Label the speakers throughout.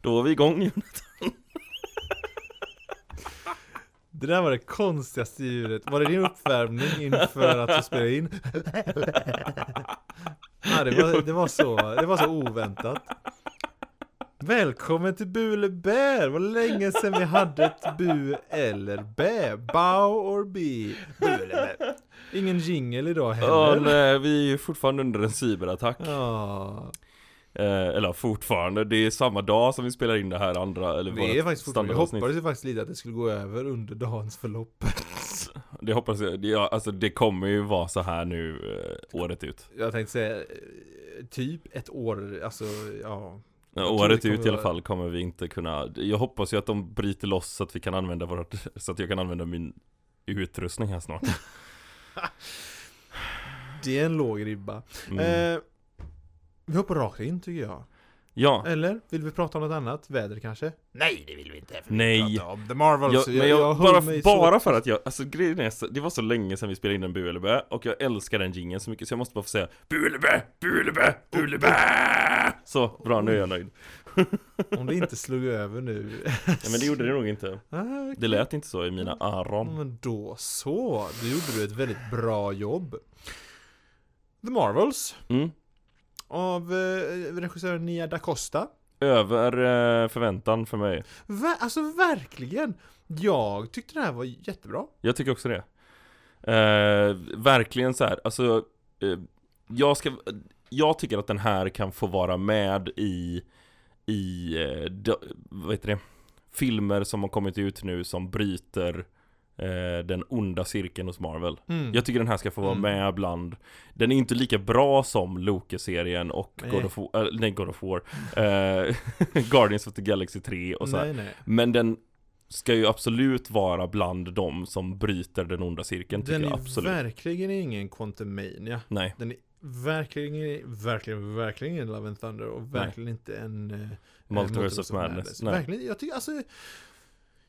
Speaker 1: Då är vi igång Jonathan.
Speaker 2: Det där var det konstigaste ljudet. Var det din uppvärmning inför att du spelade in? Ja, det, var, det, var så, det var så oväntat. Välkommen till Bule Bär! Vad länge sedan vi hade ett bu eller bä. Bao or bi. Bule bä. Ingen jingel idag
Speaker 1: Ja,
Speaker 2: heller.
Speaker 1: nej, vi är ju fortfarande under en cyberattack.
Speaker 2: Ja,
Speaker 1: Eh, eller fortfarande, det är samma dag som vi spelar in det här andra eller
Speaker 2: det är
Speaker 1: vårt
Speaker 2: faktiskt fortfarande. Jag
Speaker 1: standardavsnitt.
Speaker 2: hoppades ju faktiskt lite att det skulle gå över under dagens förlopp.
Speaker 1: Det hoppas jag, det, ja, alltså det kommer ju vara så här nu eh, året ut.
Speaker 2: Jag tänkte säga eh, typ ett år, alltså ja.
Speaker 1: Ja,
Speaker 2: Jag tror
Speaker 1: Eh, året
Speaker 2: det kommer
Speaker 1: ut i alla
Speaker 2: vara-
Speaker 1: fall kommer vi inte kunna, jag hoppas ju att de bryter loss så att vi kan använda vårt, så att jag kan använda min utrustning här snart.
Speaker 2: Det är en låg ribba.
Speaker 1: Mm.
Speaker 2: Eh, vi hoppar rakt in tycker jag.
Speaker 1: Ja,
Speaker 2: Eller? Vill vi prata om något annat? Väder kanske? Nej, det vill vi inte.
Speaker 1: vi Nej. pratar
Speaker 2: om The Marvels.
Speaker 1: Alltså, jag, men jag, bara, bara för att jag, alltså grejen är, så- det var så länge sedan vi spelade in en Bu eller Bä, och jag älskar den jingeln så mycket så jag måste bara få säga Bu eller Bä, Bu eller Bä, Bu eller Bä! Så, bra nu är jag nöjd.
Speaker 2: Om det inte slog över nu.
Speaker 1: Ja, men det gjorde det nog inte.
Speaker 2: Ah,
Speaker 1: Det lät inte så i mina
Speaker 2: Ja,
Speaker 1: öron.
Speaker 2: Men då så, då gjorde du ett väldigt bra jobb. The Marvels
Speaker 1: Mm.
Speaker 2: av eh, regissören Nia Da Costa.
Speaker 1: Över eh, förväntan för mig.
Speaker 2: Va? Alltså verkligen! Jag tyckte det här var jättebra.
Speaker 1: Jag tycker också det. Eh, verkligen så här, alltså eh, jag, ska, jag tycker att den här kan få vara med i, i eh, do, vad heter det? filmer som har kommit ut nu som bryter eh, den onda cirkeln hos Marvel.
Speaker 2: Mm.
Speaker 1: Jag tycker den här ska få vara
Speaker 2: Mm.
Speaker 1: med bland Den är inte lika bra som Loki-serien och
Speaker 2: Nej.
Speaker 1: God of, War- äh, nej, God of War eh, Guardians of the Galaxy 3 och så här.
Speaker 2: nej, nej.
Speaker 1: Men den ska ju absolut vara bland de som bryter den onda cirkeln tycker
Speaker 2: Den
Speaker 1: jag
Speaker 2: är
Speaker 1: absolut.
Speaker 2: verkligen ingen Quantumania.
Speaker 1: Nej.
Speaker 2: Den är verkligen, verkligen, verkligen ingen Love and Thunder och verkligen inte en... eh,
Speaker 1: Multiverse
Speaker 2: Multiverse
Speaker 1: of Madness. Nej.
Speaker 2: Verkligen, jag tycker alltså...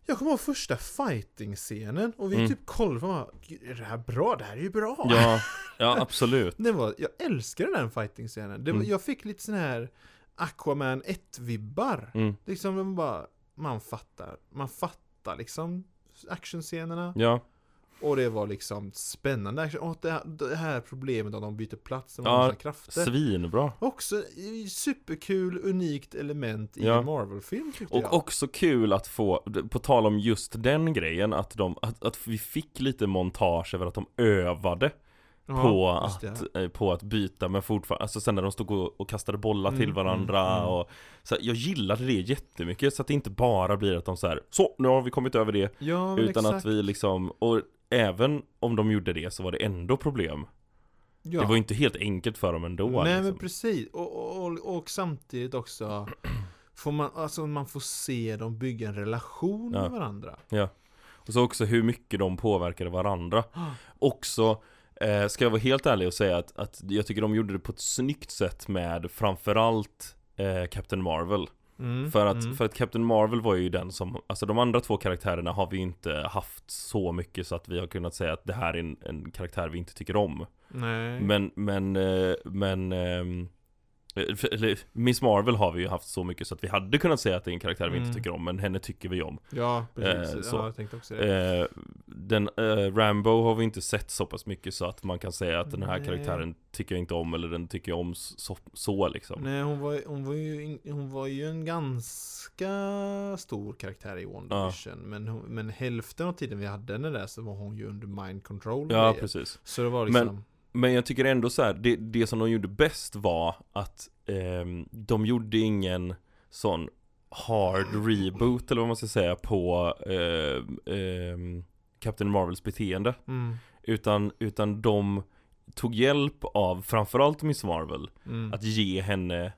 Speaker 2: Jag kommer ihåg första fighting-scenen och vi
Speaker 1: Mm.
Speaker 2: typ kollade på varandra. "Gud, Är det här bra? Det här är ju bra!
Speaker 1: Ja, ja absolut.
Speaker 2: Den var, jag älskade den fighting-scenen. Det var,
Speaker 1: Mm.
Speaker 2: Jag fick lite sån här Aquaman 1-vibbar.
Speaker 1: Mm.
Speaker 2: Liksom, den bara... Man fattar. Man fattar liksom actionscenerna.
Speaker 1: Ja,
Speaker 2: Och det var liksom spännande action. Och det här, det här problemet att de byter plats med
Speaker 1: Ja,
Speaker 2: ja, krafter.
Speaker 1: svinbra.
Speaker 2: Också i- superkul, unikt element i
Speaker 1: Ja.
Speaker 2: en Marvel-film tyckte jag.
Speaker 1: Och också kul att få, på tal om just den grejen, att, de, att, att vi fick lite montage över att de övade
Speaker 2: Ja,
Speaker 1: på,
Speaker 2: just det.
Speaker 1: att, eh, på att byta men fortfarande, alltså sen när de stod och, och kastade bollar till
Speaker 2: Mm, mm,
Speaker 1: varandra
Speaker 2: mm.
Speaker 1: och så här, Jag gillade det jättemycket så att det inte bara blir att de så här, så nu har vi kommit över det
Speaker 2: Ja, men
Speaker 1: Utan
Speaker 2: exakt.
Speaker 1: att vi liksom, och även om de gjorde det så var det ändå problem
Speaker 2: ja.
Speaker 1: Det var ju inte helt enkelt för dem ändå
Speaker 2: Nej
Speaker 1: liksom.
Speaker 2: men precis, och, och, och, och samtidigt också Får man, alltså man får se dem bygga en relation
Speaker 1: Ja.
Speaker 2: med varandra
Speaker 1: Och så också hur mycket de påverkade varandra
Speaker 2: Ah.
Speaker 1: Också, eh, ska jag vara helt ärlig och säga att, att jag tycker de gjorde det på ett snyggt sätt med framförallt eh, Captain Marvel
Speaker 2: Mm,
Speaker 1: För att,
Speaker 2: mm.
Speaker 1: för att Captain Marvel var ju den som, alltså de andra två karaktärerna har vi ju inte haft så mycket så att vi har kunnat säga att det här är en, en karaktär vi inte tycker om
Speaker 2: Nej
Speaker 1: Men, men, eh, men ehm, eh, för- eller, Miss Marvel har vi ju haft så mycket så att vi hade kunnat säga att det är en karaktär vi
Speaker 2: Mm.
Speaker 1: inte tycker om Men henne tycker vi om
Speaker 2: Ja, precis,
Speaker 1: Eh, så.
Speaker 2: ja, jag tänkte också det
Speaker 1: eh, Den eh, Rambo har vi inte sett så pass mycket så att man kan säga att den här
Speaker 2: Nej.
Speaker 1: karaktären tycker jag inte om Eller den tycker jag om så, så liksom
Speaker 2: Nej hon var, hon, var ju, in- hon var ju en ganska stor karaktär i WandaVision men, hon- men hälften av tiden vi hade henne där så var hon ju under mind control och
Speaker 1: Ja
Speaker 2: grejer.
Speaker 1: precis
Speaker 2: Så det var liksom
Speaker 1: Men jag tycker ändå så här, det, det som de gjorde bäst var att ehm, de gjorde ingen sån hard reboot eller vad man ska säga på ehm, ehm, Captain Marvels beteende.
Speaker 2: mm,
Speaker 1: Utan, utan de tog hjälp av framförallt Miss Marvel
Speaker 2: mm.
Speaker 1: att ge henne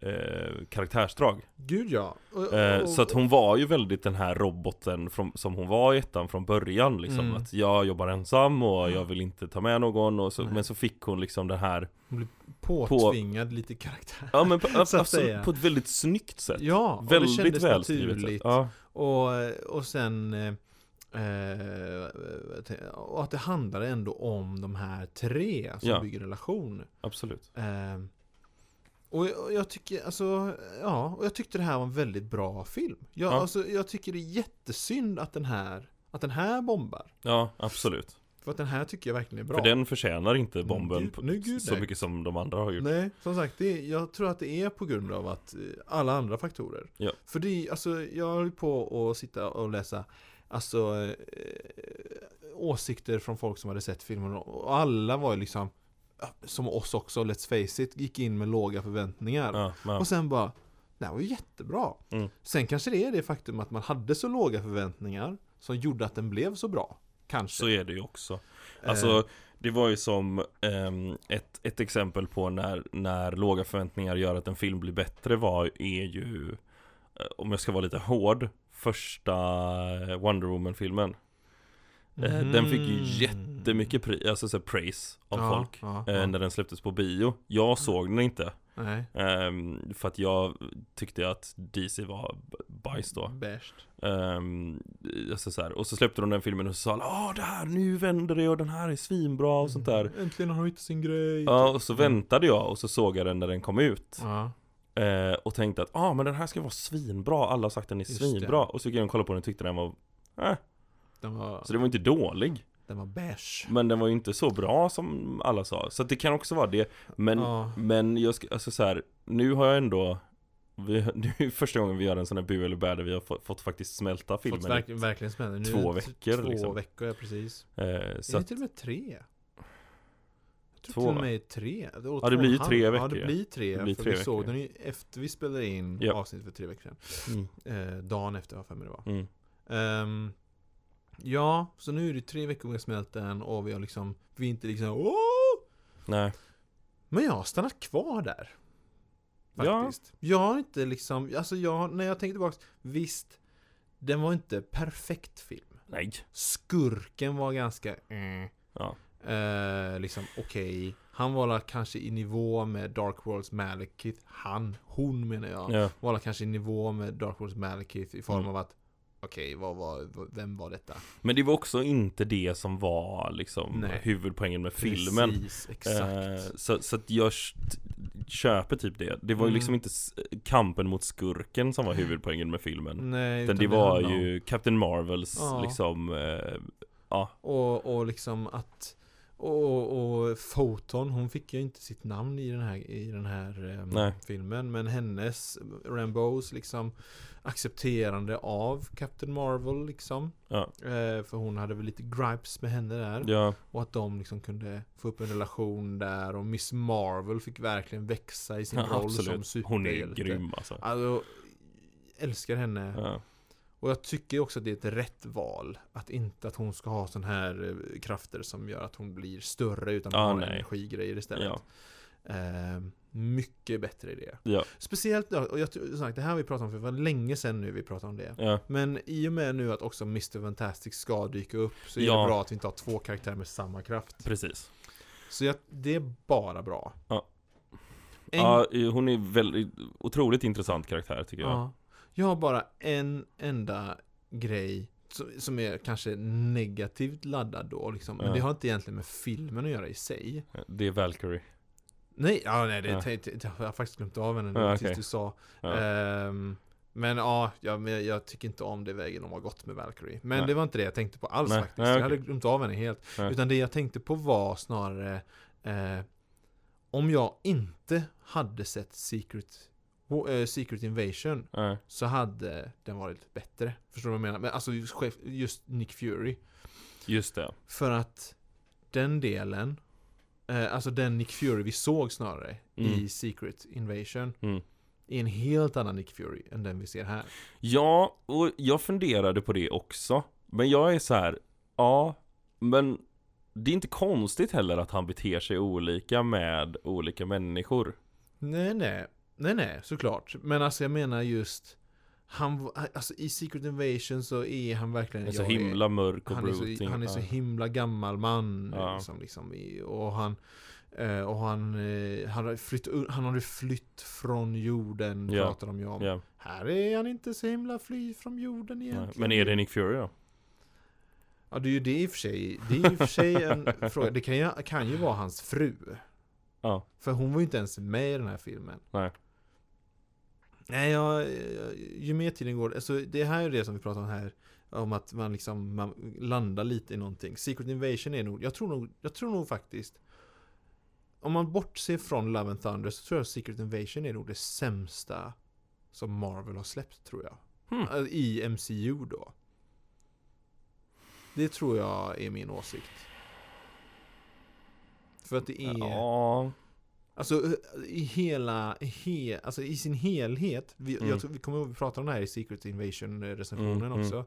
Speaker 1: eh, karaktärsdrag.
Speaker 2: Gud ja Och-
Speaker 1: Eh,
Speaker 2: och-
Speaker 1: så att hon var ju väldigt den här roboten från, som hon var i ettan från början liksom
Speaker 2: Mm.
Speaker 1: Att jag jobbar ensam och jag vill inte ta med någon och så,
Speaker 2: Nej.
Speaker 1: Men så fick hon liksom den här
Speaker 2: påtvingad lite karaktär
Speaker 1: Ja men på,
Speaker 2: Så att
Speaker 1: absolut,
Speaker 2: säga.
Speaker 1: på ett väldigt snyggt sätt
Speaker 2: Ja, och det
Speaker 1: Väldigt
Speaker 2: kändes
Speaker 1: välskrivet sätt
Speaker 2: naturligt
Speaker 1: ja.
Speaker 2: Och, och sen eh, eh, och att det handlar ändå om de här tre som
Speaker 1: Ja.
Speaker 2: bygger relation.
Speaker 1: Absolut
Speaker 2: Eh, Och jag, och jag tycker, alltså, ja, och jag tyckte det här var en väldigt bra film. Jag,
Speaker 1: Ja.
Speaker 2: alltså, jag tycker det är jättesynd att den här, att den här bombar.
Speaker 1: Ja, absolut.
Speaker 2: För att den här tycker jag verkligen är bra.
Speaker 1: För den förtjänar inte bomben
Speaker 2: Gud-
Speaker 1: på,
Speaker 2: nej, gud,
Speaker 1: så
Speaker 2: nej.
Speaker 1: mycket som de andra har gjort.
Speaker 2: Nej, som sagt, det, är- jag tror att det är på grund av att eh, alla andra faktorer.
Speaker 1: Ja.
Speaker 2: För det är, alltså, jag höll på att sitta och läsa Alltså eh, åsikter från folk som hade sett filmen och alla var ju liksom ja, som oss också, let's face it, gick in med låga förväntningar.
Speaker 1: Ja, ja.
Speaker 2: Och sen bara, det här var ju jättebra.
Speaker 1: Mm.
Speaker 2: Sen kanske det är det faktum att man hade så låga förväntningar som gjorde att den blev så bra. Kanske.
Speaker 1: Så är det ju också.
Speaker 2: Eh.
Speaker 1: Alltså, det var ju som ehm, ett, ett exempel på när, när låga förväntningar gör att en film blir bättre var, är ju, eh, om jag ska vara lite hård, första eh, Wonder Woman-filmen. Eh, Den fick ju
Speaker 2: Mm.
Speaker 1: jättemycket pri- alltså, så här, praise av
Speaker 2: Ja,
Speaker 1: folk.
Speaker 2: Ja,
Speaker 1: eh,
Speaker 2: ja. Mm.
Speaker 1: När den släpptes på bio. Jag såg den inte.
Speaker 2: Nej.
Speaker 1: ehm, för att jag tyckte att DC var b- bajs då.
Speaker 2: Bäst.
Speaker 1: Um, alltså så här. Och så släppte de den filmen och så sa alla Åh det här, nu vänder det och den här är svinbra och sånt där
Speaker 2: Äntligen har de hittat sin grej.
Speaker 1: Ja och så
Speaker 2: Mm.
Speaker 1: väntade jag och så såg jag den när den kom ut
Speaker 2: Ja.
Speaker 1: eh, Och tänkte att ah men den här ska vara svinbra, alla har sagt den är
Speaker 2: Just det.
Speaker 1: svinbra Och så gick jag och kollade på den och tyckte den var eh.
Speaker 2: Den var,
Speaker 1: Så det var inte dålig
Speaker 2: den var bärs.
Speaker 1: Men den var ju inte så bra som alla sa Så att det kan också vara det Men,
Speaker 2: Ja.
Speaker 1: men jag ska, alltså så här, Nu har jag ändå vi, det är första gången vi gör en sån här bu eller bä där vi har fått, fått faktiskt smälta filmen
Speaker 2: Fått verk, verkligen smälla. Nu är
Speaker 1: två
Speaker 2: det t-
Speaker 1: veckor,
Speaker 2: Två
Speaker 1: liksom.
Speaker 2: veckor, ja precis.
Speaker 1: eh,
Speaker 2: Så
Speaker 1: så
Speaker 2: är det
Speaker 1: att,
Speaker 2: till och med tre? Jag tror
Speaker 1: Två,
Speaker 2: till
Speaker 1: va?
Speaker 2: och med tre. Det
Speaker 1: Ja,
Speaker 2: var
Speaker 1: det
Speaker 2: två och
Speaker 1: blir ju
Speaker 2: en halv.
Speaker 1: tre
Speaker 2: Ja,
Speaker 1: veckor,
Speaker 2: det
Speaker 1: ja.
Speaker 2: blir tre.
Speaker 1: Det blir tre
Speaker 2: för vi såg
Speaker 1: veckor.
Speaker 2: den ju efter vi spelade in
Speaker 1: Japp.
Speaker 2: avsnitt för tre veckor sedan.
Speaker 1: mm,
Speaker 2: Eh, dagen efter, har jag för mig det var.
Speaker 1: mm.
Speaker 2: Ehm, ja, så nu är det tre veckor med smälten och vi har liksom, vi är inte liksom Åh!
Speaker 1: Nej,
Speaker 2: Men jag har stannat kvar där.
Speaker 1: Ja.
Speaker 2: Faktiskt. Jag har inte liksom, alltså jag, när jag tänker tillbaks, visst, den var inte perfekt film.
Speaker 1: nej
Speaker 2: Skurken var ganska, eh,
Speaker 1: Ja.
Speaker 2: eh, liksom okej. Han var väl kanske i nivå med Dark Worlds Malekith. Han, hon menar jag.
Speaker 1: Ja,
Speaker 2: Var väl kanske i nivå med Dark Worlds Malekith i form
Speaker 1: Mm.
Speaker 2: av att Okej, vad var, vem var detta?
Speaker 1: men det var också inte det som var liksom
Speaker 2: Nej.
Speaker 1: huvudpoängen med filmen.
Speaker 2: Precis, exakt.
Speaker 1: Eh, så, så att jag sh- köper typ det. Det var ju
Speaker 2: Mm.
Speaker 1: liksom inte s- kampen mot skurken som var huvudpoängen med filmen. Utan
Speaker 2: Nej, utan
Speaker 1: det var
Speaker 2: Mm. handlar om-
Speaker 1: ju Captain Marvels
Speaker 2: Ja.
Speaker 1: liksom, eh, ja,
Speaker 2: Och, och liksom att och, och Photon, hon fick ju inte sitt namn i den här, i den här ehm,
Speaker 1: Nej.
Speaker 2: filmen Men hennes, Rambos liksom Accepterande av Captain Marvel liksom
Speaker 1: Ja.
Speaker 2: eh, För hon hade väl lite gripes med henne där
Speaker 1: ja,
Speaker 2: Och att de liksom kunde få upp en relation där Och Miss Marvel fick verkligen växa i sin
Speaker 1: ja
Speaker 2: roll som
Speaker 1: absolut. Hon är ju
Speaker 2: superhjälte
Speaker 1: grym alltså.
Speaker 2: Alltså, älskar henne
Speaker 1: Ja.
Speaker 2: och jag tycker också att det är ett rätt val. Att inte att hon ska ha sån här eh, krafter som gör att hon blir större utan att
Speaker 1: Ah,
Speaker 2: hon har
Speaker 1: nej.
Speaker 2: energigrejer istället.
Speaker 1: Ja.
Speaker 2: Eh, mycket bättre idé.
Speaker 1: Ja.
Speaker 2: Speciellt, ja, och jag tror- som sagt, det här har vi pratat om för det var länge sedan nu vi pratade om det.
Speaker 1: Ja.
Speaker 2: Men i och med nu att också Mr. Fantastic ska dyka upp så är
Speaker 1: Ja.
Speaker 2: det bra att vi inte har två karaktärer med samma kraft.
Speaker 1: precis.
Speaker 2: Så jag, det är bara bra.
Speaker 1: Ja.
Speaker 2: En
Speaker 1: Ja, eh, hon är väldigt, otroligt intressant karaktär tycker jag.
Speaker 2: Ja. Jag har bara en enda grej som, som är kanske negativt laddad då liksom. Men
Speaker 1: Ja.
Speaker 2: det har inte egentligen med filmen att göra i sig.
Speaker 1: Det är Valkyrie.
Speaker 2: Nej, ja, nej det,
Speaker 1: Ja.
Speaker 2: det, det, jag har faktiskt glömt av henne nu
Speaker 1: Ja, okej.
Speaker 2: tills du sa.
Speaker 1: Ja.
Speaker 2: Ehm, men ja, jag, men jag- jag tycker inte om det vägen de har gått med Valkyrie. Men
Speaker 1: Nej.
Speaker 2: det var inte det jag tänkte på alls
Speaker 1: Nej,
Speaker 2: faktiskt.
Speaker 1: nej,
Speaker 2: Jag hade
Speaker 1: okej.
Speaker 2: glömt av henne helt.
Speaker 1: Nej.
Speaker 2: Utan det jag tänkte på var snarare eh, om jag inte hade sett Secret, eh, Secret Invasion
Speaker 1: Ja.
Speaker 2: så hade den varit bättre. Förstår du vad jag menar? Men alltså just chef- just Nick Fury.
Speaker 1: Just det.
Speaker 2: För att den delen, eh, alltså den Nick Fury vi såg snarare
Speaker 1: Mm.
Speaker 2: i Secret Invasion,
Speaker 1: Mm.
Speaker 2: är en helt annan Nick Fury än den vi ser här.
Speaker 1: Ja, och jag funderade på det också. Men jag är så här, ja, men det är inte konstigt heller att han beter sig olika med olika människor.
Speaker 2: Nej, nej. Nej, nej, såklart. Men alltså jag menar just han, v- alltså i Secret Invasion så är han verkligen
Speaker 1: Han är så
Speaker 2: jag
Speaker 1: Alltså himla mörk och
Speaker 2: han är, så,
Speaker 1: brooding.
Speaker 2: han är så himla gammal man.
Speaker 1: Ja.
Speaker 2: Liksom, liksom, i- och han, eh, och han, eh, han, har flytt, un- han har ju flytt från jorden,
Speaker 1: Ja.
Speaker 2: pratar de ju om.
Speaker 1: Ja,
Speaker 2: Här är han inte så himla fly från jorden
Speaker 1: nej.
Speaker 2: egentligen.
Speaker 1: men är det Nick Fury då?
Speaker 2: Ja, det är ju det i och för sig. Det är i och för sig en fråga. Det kan ju, kan ju vara hans fru.
Speaker 1: Ja.
Speaker 2: För hon var ju inte ens med i den här filmen.
Speaker 1: Nej.
Speaker 2: Nej, jag, jag- ju mer tiden går, alltså det här är det som vi pratar om här. Om att man liksom man landar lite i någonting. Secret Invasion är nog, jag tror nog, jag tror nog faktiskt. Om man bortser från Love and Thunder så tror jag Secret Invasion är nog det sämsta som Marvel har släppt tror jag.
Speaker 1: Hmm.
Speaker 2: Alltså, I MCU då. Det tror jag är min åsikt. För att det är...
Speaker 1: Ja.
Speaker 2: Alltså i hela, he, alltså i sin helhet, vi,
Speaker 1: Mm.
Speaker 2: jag tror, vi kommer ihåg att vi pratade om det här i Secret Invasion eh,
Speaker 1: Mm,
Speaker 2: recensionen
Speaker 1: mm.
Speaker 2: också.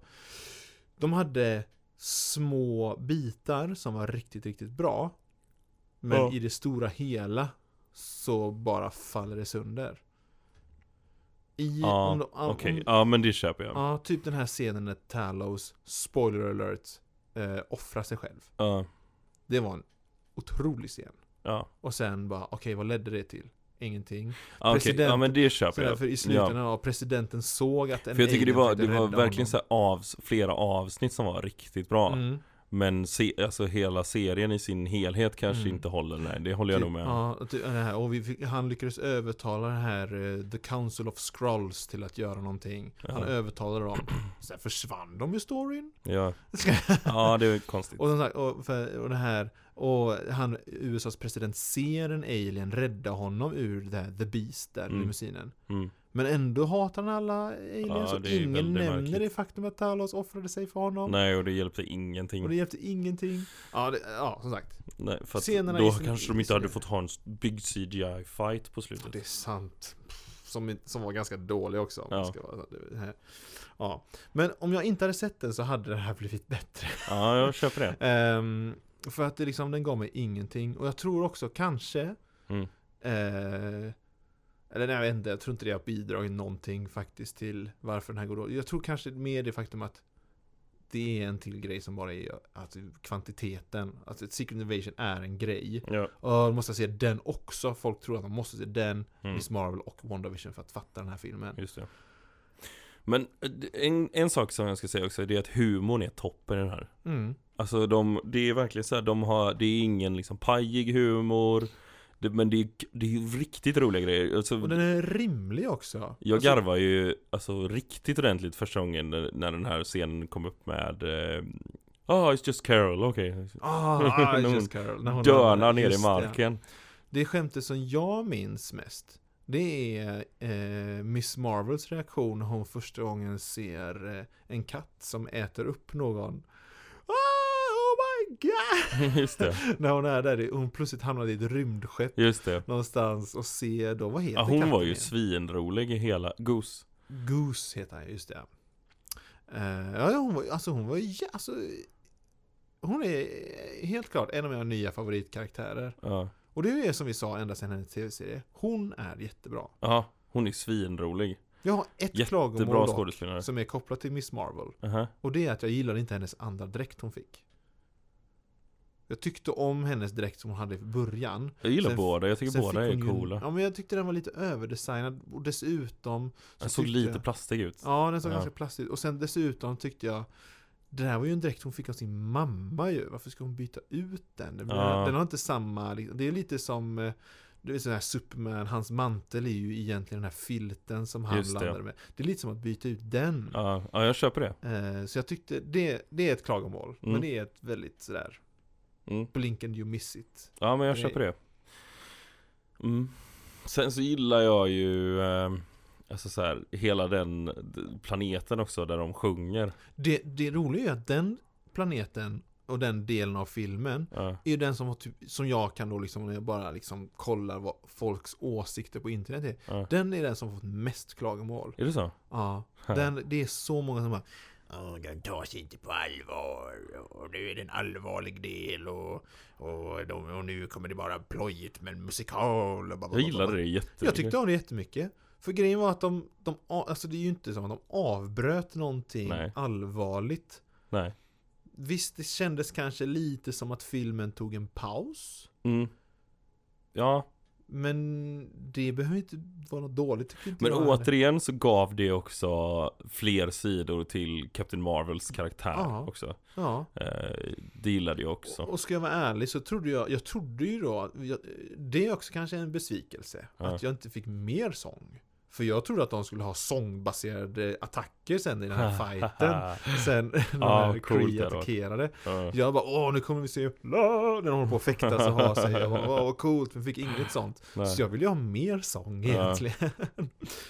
Speaker 2: De hade små bitar som var riktigt, riktigt bra. Men
Speaker 1: Ja.
Speaker 2: i det stora hela så bara faller det sönder. I, om de-
Speaker 1: Ja,
Speaker 2: om-
Speaker 1: okej.
Speaker 2: om-
Speaker 1: Ja, men det köper jag.
Speaker 2: Ja, typ den här scenen när Talos, spoiler alert, eh, offrar sig själv.
Speaker 1: Ja.
Speaker 2: Det var en otrolig scen.
Speaker 1: Ja,
Speaker 2: Och sen bara, okej vad ledde det till? Ingenting.
Speaker 1: Ja, okej.
Speaker 2: President-
Speaker 1: Ja, men det
Speaker 2: Så
Speaker 1: köper
Speaker 2: där,
Speaker 1: jag.
Speaker 2: för i
Speaker 1: Ja.
Speaker 2: slutändan, ja. presidenten såg att en
Speaker 1: För jag tycker det
Speaker 2: alien
Speaker 1: var, det
Speaker 2: försökte
Speaker 1: var
Speaker 2: rädda
Speaker 1: verkligen
Speaker 2: honom.
Speaker 1: så här avs, flera avsnitt som var riktigt bra.
Speaker 2: Mm.
Speaker 1: Men se, alltså hela serien i sin helhet kanske
Speaker 2: Mm.
Speaker 1: inte håller. Nej, det håller jag nog
Speaker 2: Typ,
Speaker 1: med om.
Speaker 2: Ja, och typ, det här, och vi fick, han lyckades övertala den här eh, The Council of Scrolls till att göra någonting. Han
Speaker 1: Ja.
Speaker 2: övertalade dem. Sen försvann de i storyn.
Speaker 1: Ja, ja det är konstigt.
Speaker 2: Och som sagt, och, för, och det här och han, USAs president ser en alien rädda honom ur det här The Beast där,
Speaker 1: Mm.
Speaker 2: limousinen.
Speaker 1: Mm.
Speaker 2: Men ändå hatar han alla aliens
Speaker 1: Ja,
Speaker 2: och
Speaker 1: det är
Speaker 2: ingen
Speaker 1: väldigt
Speaker 2: nämner
Speaker 1: märkligt.
Speaker 2: det faktum att Talos offrade sig för honom.
Speaker 1: Nej, och det hjälpte ingenting.
Speaker 2: Och det hjälpte ingenting. Ja, det, ja som sagt.
Speaker 1: Nej, för att
Speaker 2: Scenerna
Speaker 1: då
Speaker 2: i sin-
Speaker 1: kanske de
Speaker 2: i
Speaker 1: inte
Speaker 2: sin-
Speaker 1: hade fått ha en s- big CGI-fight på slutet.
Speaker 2: Det är sant. Som, som var ganska dålig också. Om
Speaker 1: Ja.
Speaker 2: ja. Ska vara, det här. ja. Men om jag inte hade sett den så hade det här blivit bättre.
Speaker 1: Ja, jag köper det.
Speaker 2: Ehm, för att det liksom, den gav mig ingenting. Och jag tror också kanske
Speaker 1: Mm.
Speaker 2: eh, Eller nej, jag vet inte. Jag tror inte det har bidragit någonting faktiskt till varför den här går dåligt. Jag tror kanske mer det faktum att det är en till grej som bara är alltså, kvantiteten. Alltså ett Secret Invasion är en grej.
Speaker 1: Ja.
Speaker 2: Och måste jag se den också. Folk tror att man måste se den.
Speaker 1: Mm.
Speaker 2: Miss Marvel och WandaVision för att fatta den här filmen.
Speaker 1: Just det. Men eh, d- en, en sak som jag ska säga också, det är att humorn är toppen i den här.
Speaker 2: Mm.
Speaker 1: Alltså de, det är verkligen så här, de har, det är ingen liksom pajig humor. Det, men det är, det är ju riktigt roliga grejer. Alltså,
Speaker 2: Och den är rimlig också.
Speaker 1: jag
Speaker 2: Alltså,
Speaker 1: garvar ju alltså riktigt ordentligt första gången när, när den här scenen kom upp med eh, Ah, it's just Carol, okej.
Speaker 2: Ah, ah,
Speaker 1: När hon
Speaker 2: just Carol. när hon
Speaker 1: Dörnar
Speaker 2: ramlar.
Speaker 1: ner i
Speaker 2: Just det.
Speaker 1: marken.
Speaker 2: Det skämtet som jag minns mest Det är eh, Miss Marvels reaktion när hon första gången ser eh, en katt som äter upp någon. Ah, oh my god!
Speaker 1: Just det,
Speaker 2: när hon är där, hon plötsligt hamnar i ett rymdskepp
Speaker 1: just det.
Speaker 2: någonstans och ser då, vad heter
Speaker 1: Ja, hon
Speaker 2: katten
Speaker 1: var ju
Speaker 2: igen?
Speaker 1: svinrolig i hela Goose.
Speaker 2: Goose heter han, just det. Eh, ja, ja, hon var, alltså hon var ja, alltså, Hon är helt klart en av mina nya favoritkaraktärer.
Speaker 1: Ja,
Speaker 2: Och det är som vi sa ända sedan hennes tv-serie. Hon är jättebra.
Speaker 1: ja hon är svinrolig.
Speaker 2: Jag har ett
Speaker 1: Jättebra
Speaker 2: klagomål dock,
Speaker 1: skådespelare.
Speaker 2: som är kopplat till Miss Marvel.
Speaker 1: Aha.
Speaker 2: Och det är att jag gillade inte hennes andra dräkt hon fick. Jag tyckte om hennes dräkt som hon hade i början.
Speaker 1: Jag gillar
Speaker 2: Sen-
Speaker 1: båda, jag tycker
Speaker 2: Sen
Speaker 1: båda
Speaker 2: fick
Speaker 1: är
Speaker 2: hon ju en-
Speaker 1: coola.
Speaker 2: Ja, men jag tyckte den var lite överdesignad. Och dessutom...
Speaker 1: Den såg
Speaker 2: tyckte-
Speaker 1: lite plastig ut.
Speaker 2: Ja, den såg
Speaker 1: Ja.
Speaker 2: ganska plastig ut. Och sen dessutom tyckte jag det där var ju en dräkt hon fick av sin mamma ju. Varför ska hon byta ut den? Den,
Speaker 1: Ja.
Speaker 2: den har inte samma... liksom. Det är lite som... eh, Du vet sån här Superman, hans mantel är ju egentligen den här filten som han
Speaker 1: Just det.
Speaker 2: landade med. Det är lite som att byta ut den.
Speaker 1: Ja, ja jag köper det.
Speaker 2: Eh, Så jag tyckte det, det är ett klagomål.
Speaker 1: Mm.
Speaker 2: Men det är ett väldigt sådär
Speaker 1: Mm.
Speaker 2: blink and you miss it.
Speaker 1: Ja, men jag
Speaker 2: Grej.
Speaker 1: köper det. Mm. Sen så gillar jag ju eh, alltså så här, hela den d- planeten också där de sjunger.
Speaker 2: Det, det roliga är ju att den planeten och den delen av filmen
Speaker 1: Ja,
Speaker 2: är ju den som, var typ, som jag kan då liksom, när jag bara liksom kollar vad folks åsikter på internet är.
Speaker 1: Ja.
Speaker 2: Den är den som fått mest klagomål.
Speaker 1: är det så?
Speaker 2: Ja.
Speaker 1: Ja.
Speaker 2: Den, det är så många som bara "Ja, den tas inte på allvar och nu är det en allvarlig del och, och, de, och nu kommer det bara plojigt med en musikal och
Speaker 1: Jag gillade det jättemycket.
Speaker 2: Jag tyckte om det jättemycket. För grejen var att de, de a- alltså det är ju inte som att de avbröt någonting
Speaker 1: Nej.
Speaker 2: allvarligt.
Speaker 1: Nej.
Speaker 2: Visst, det kändes kanske lite som att filmen tog en paus.
Speaker 1: Mm. Ja,
Speaker 2: Men det behöver inte vara något dåligt tycker inte
Speaker 1: Men
Speaker 2: jag heller.
Speaker 1: återigen så gav det också fler sidor till Captain Marvels karaktär
Speaker 2: Ja.
Speaker 1: också.
Speaker 2: Ja.
Speaker 1: Eh, det gillade jag också.
Speaker 2: Och- Och ska jag vara ärlig så trodde jag, jag trodde ju då, jag, det är också kanske en besvikelse,
Speaker 1: Ja.
Speaker 2: att jag inte fick mer sång. För jag trodde att de skulle ha sångbaserade attacker sen i den här fighten. Sen när de
Speaker 1: Ja,
Speaker 2: här
Speaker 1: coolt
Speaker 2: Kree
Speaker 1: det hade varit.
Speaker 2: attackerade.
Speaker 1: Ja.
Speaker 2: Jag bara åh nu kommer vi se la, när de håller på att fäktas och ha sig. Jag bara, åh vad coolt, men fick inget sånt.
Speaker 1: Nej.
Speaker 2: Så jag ville ju ha mer sång
Speaker 1: Ja.
Speaker 2: egentligen.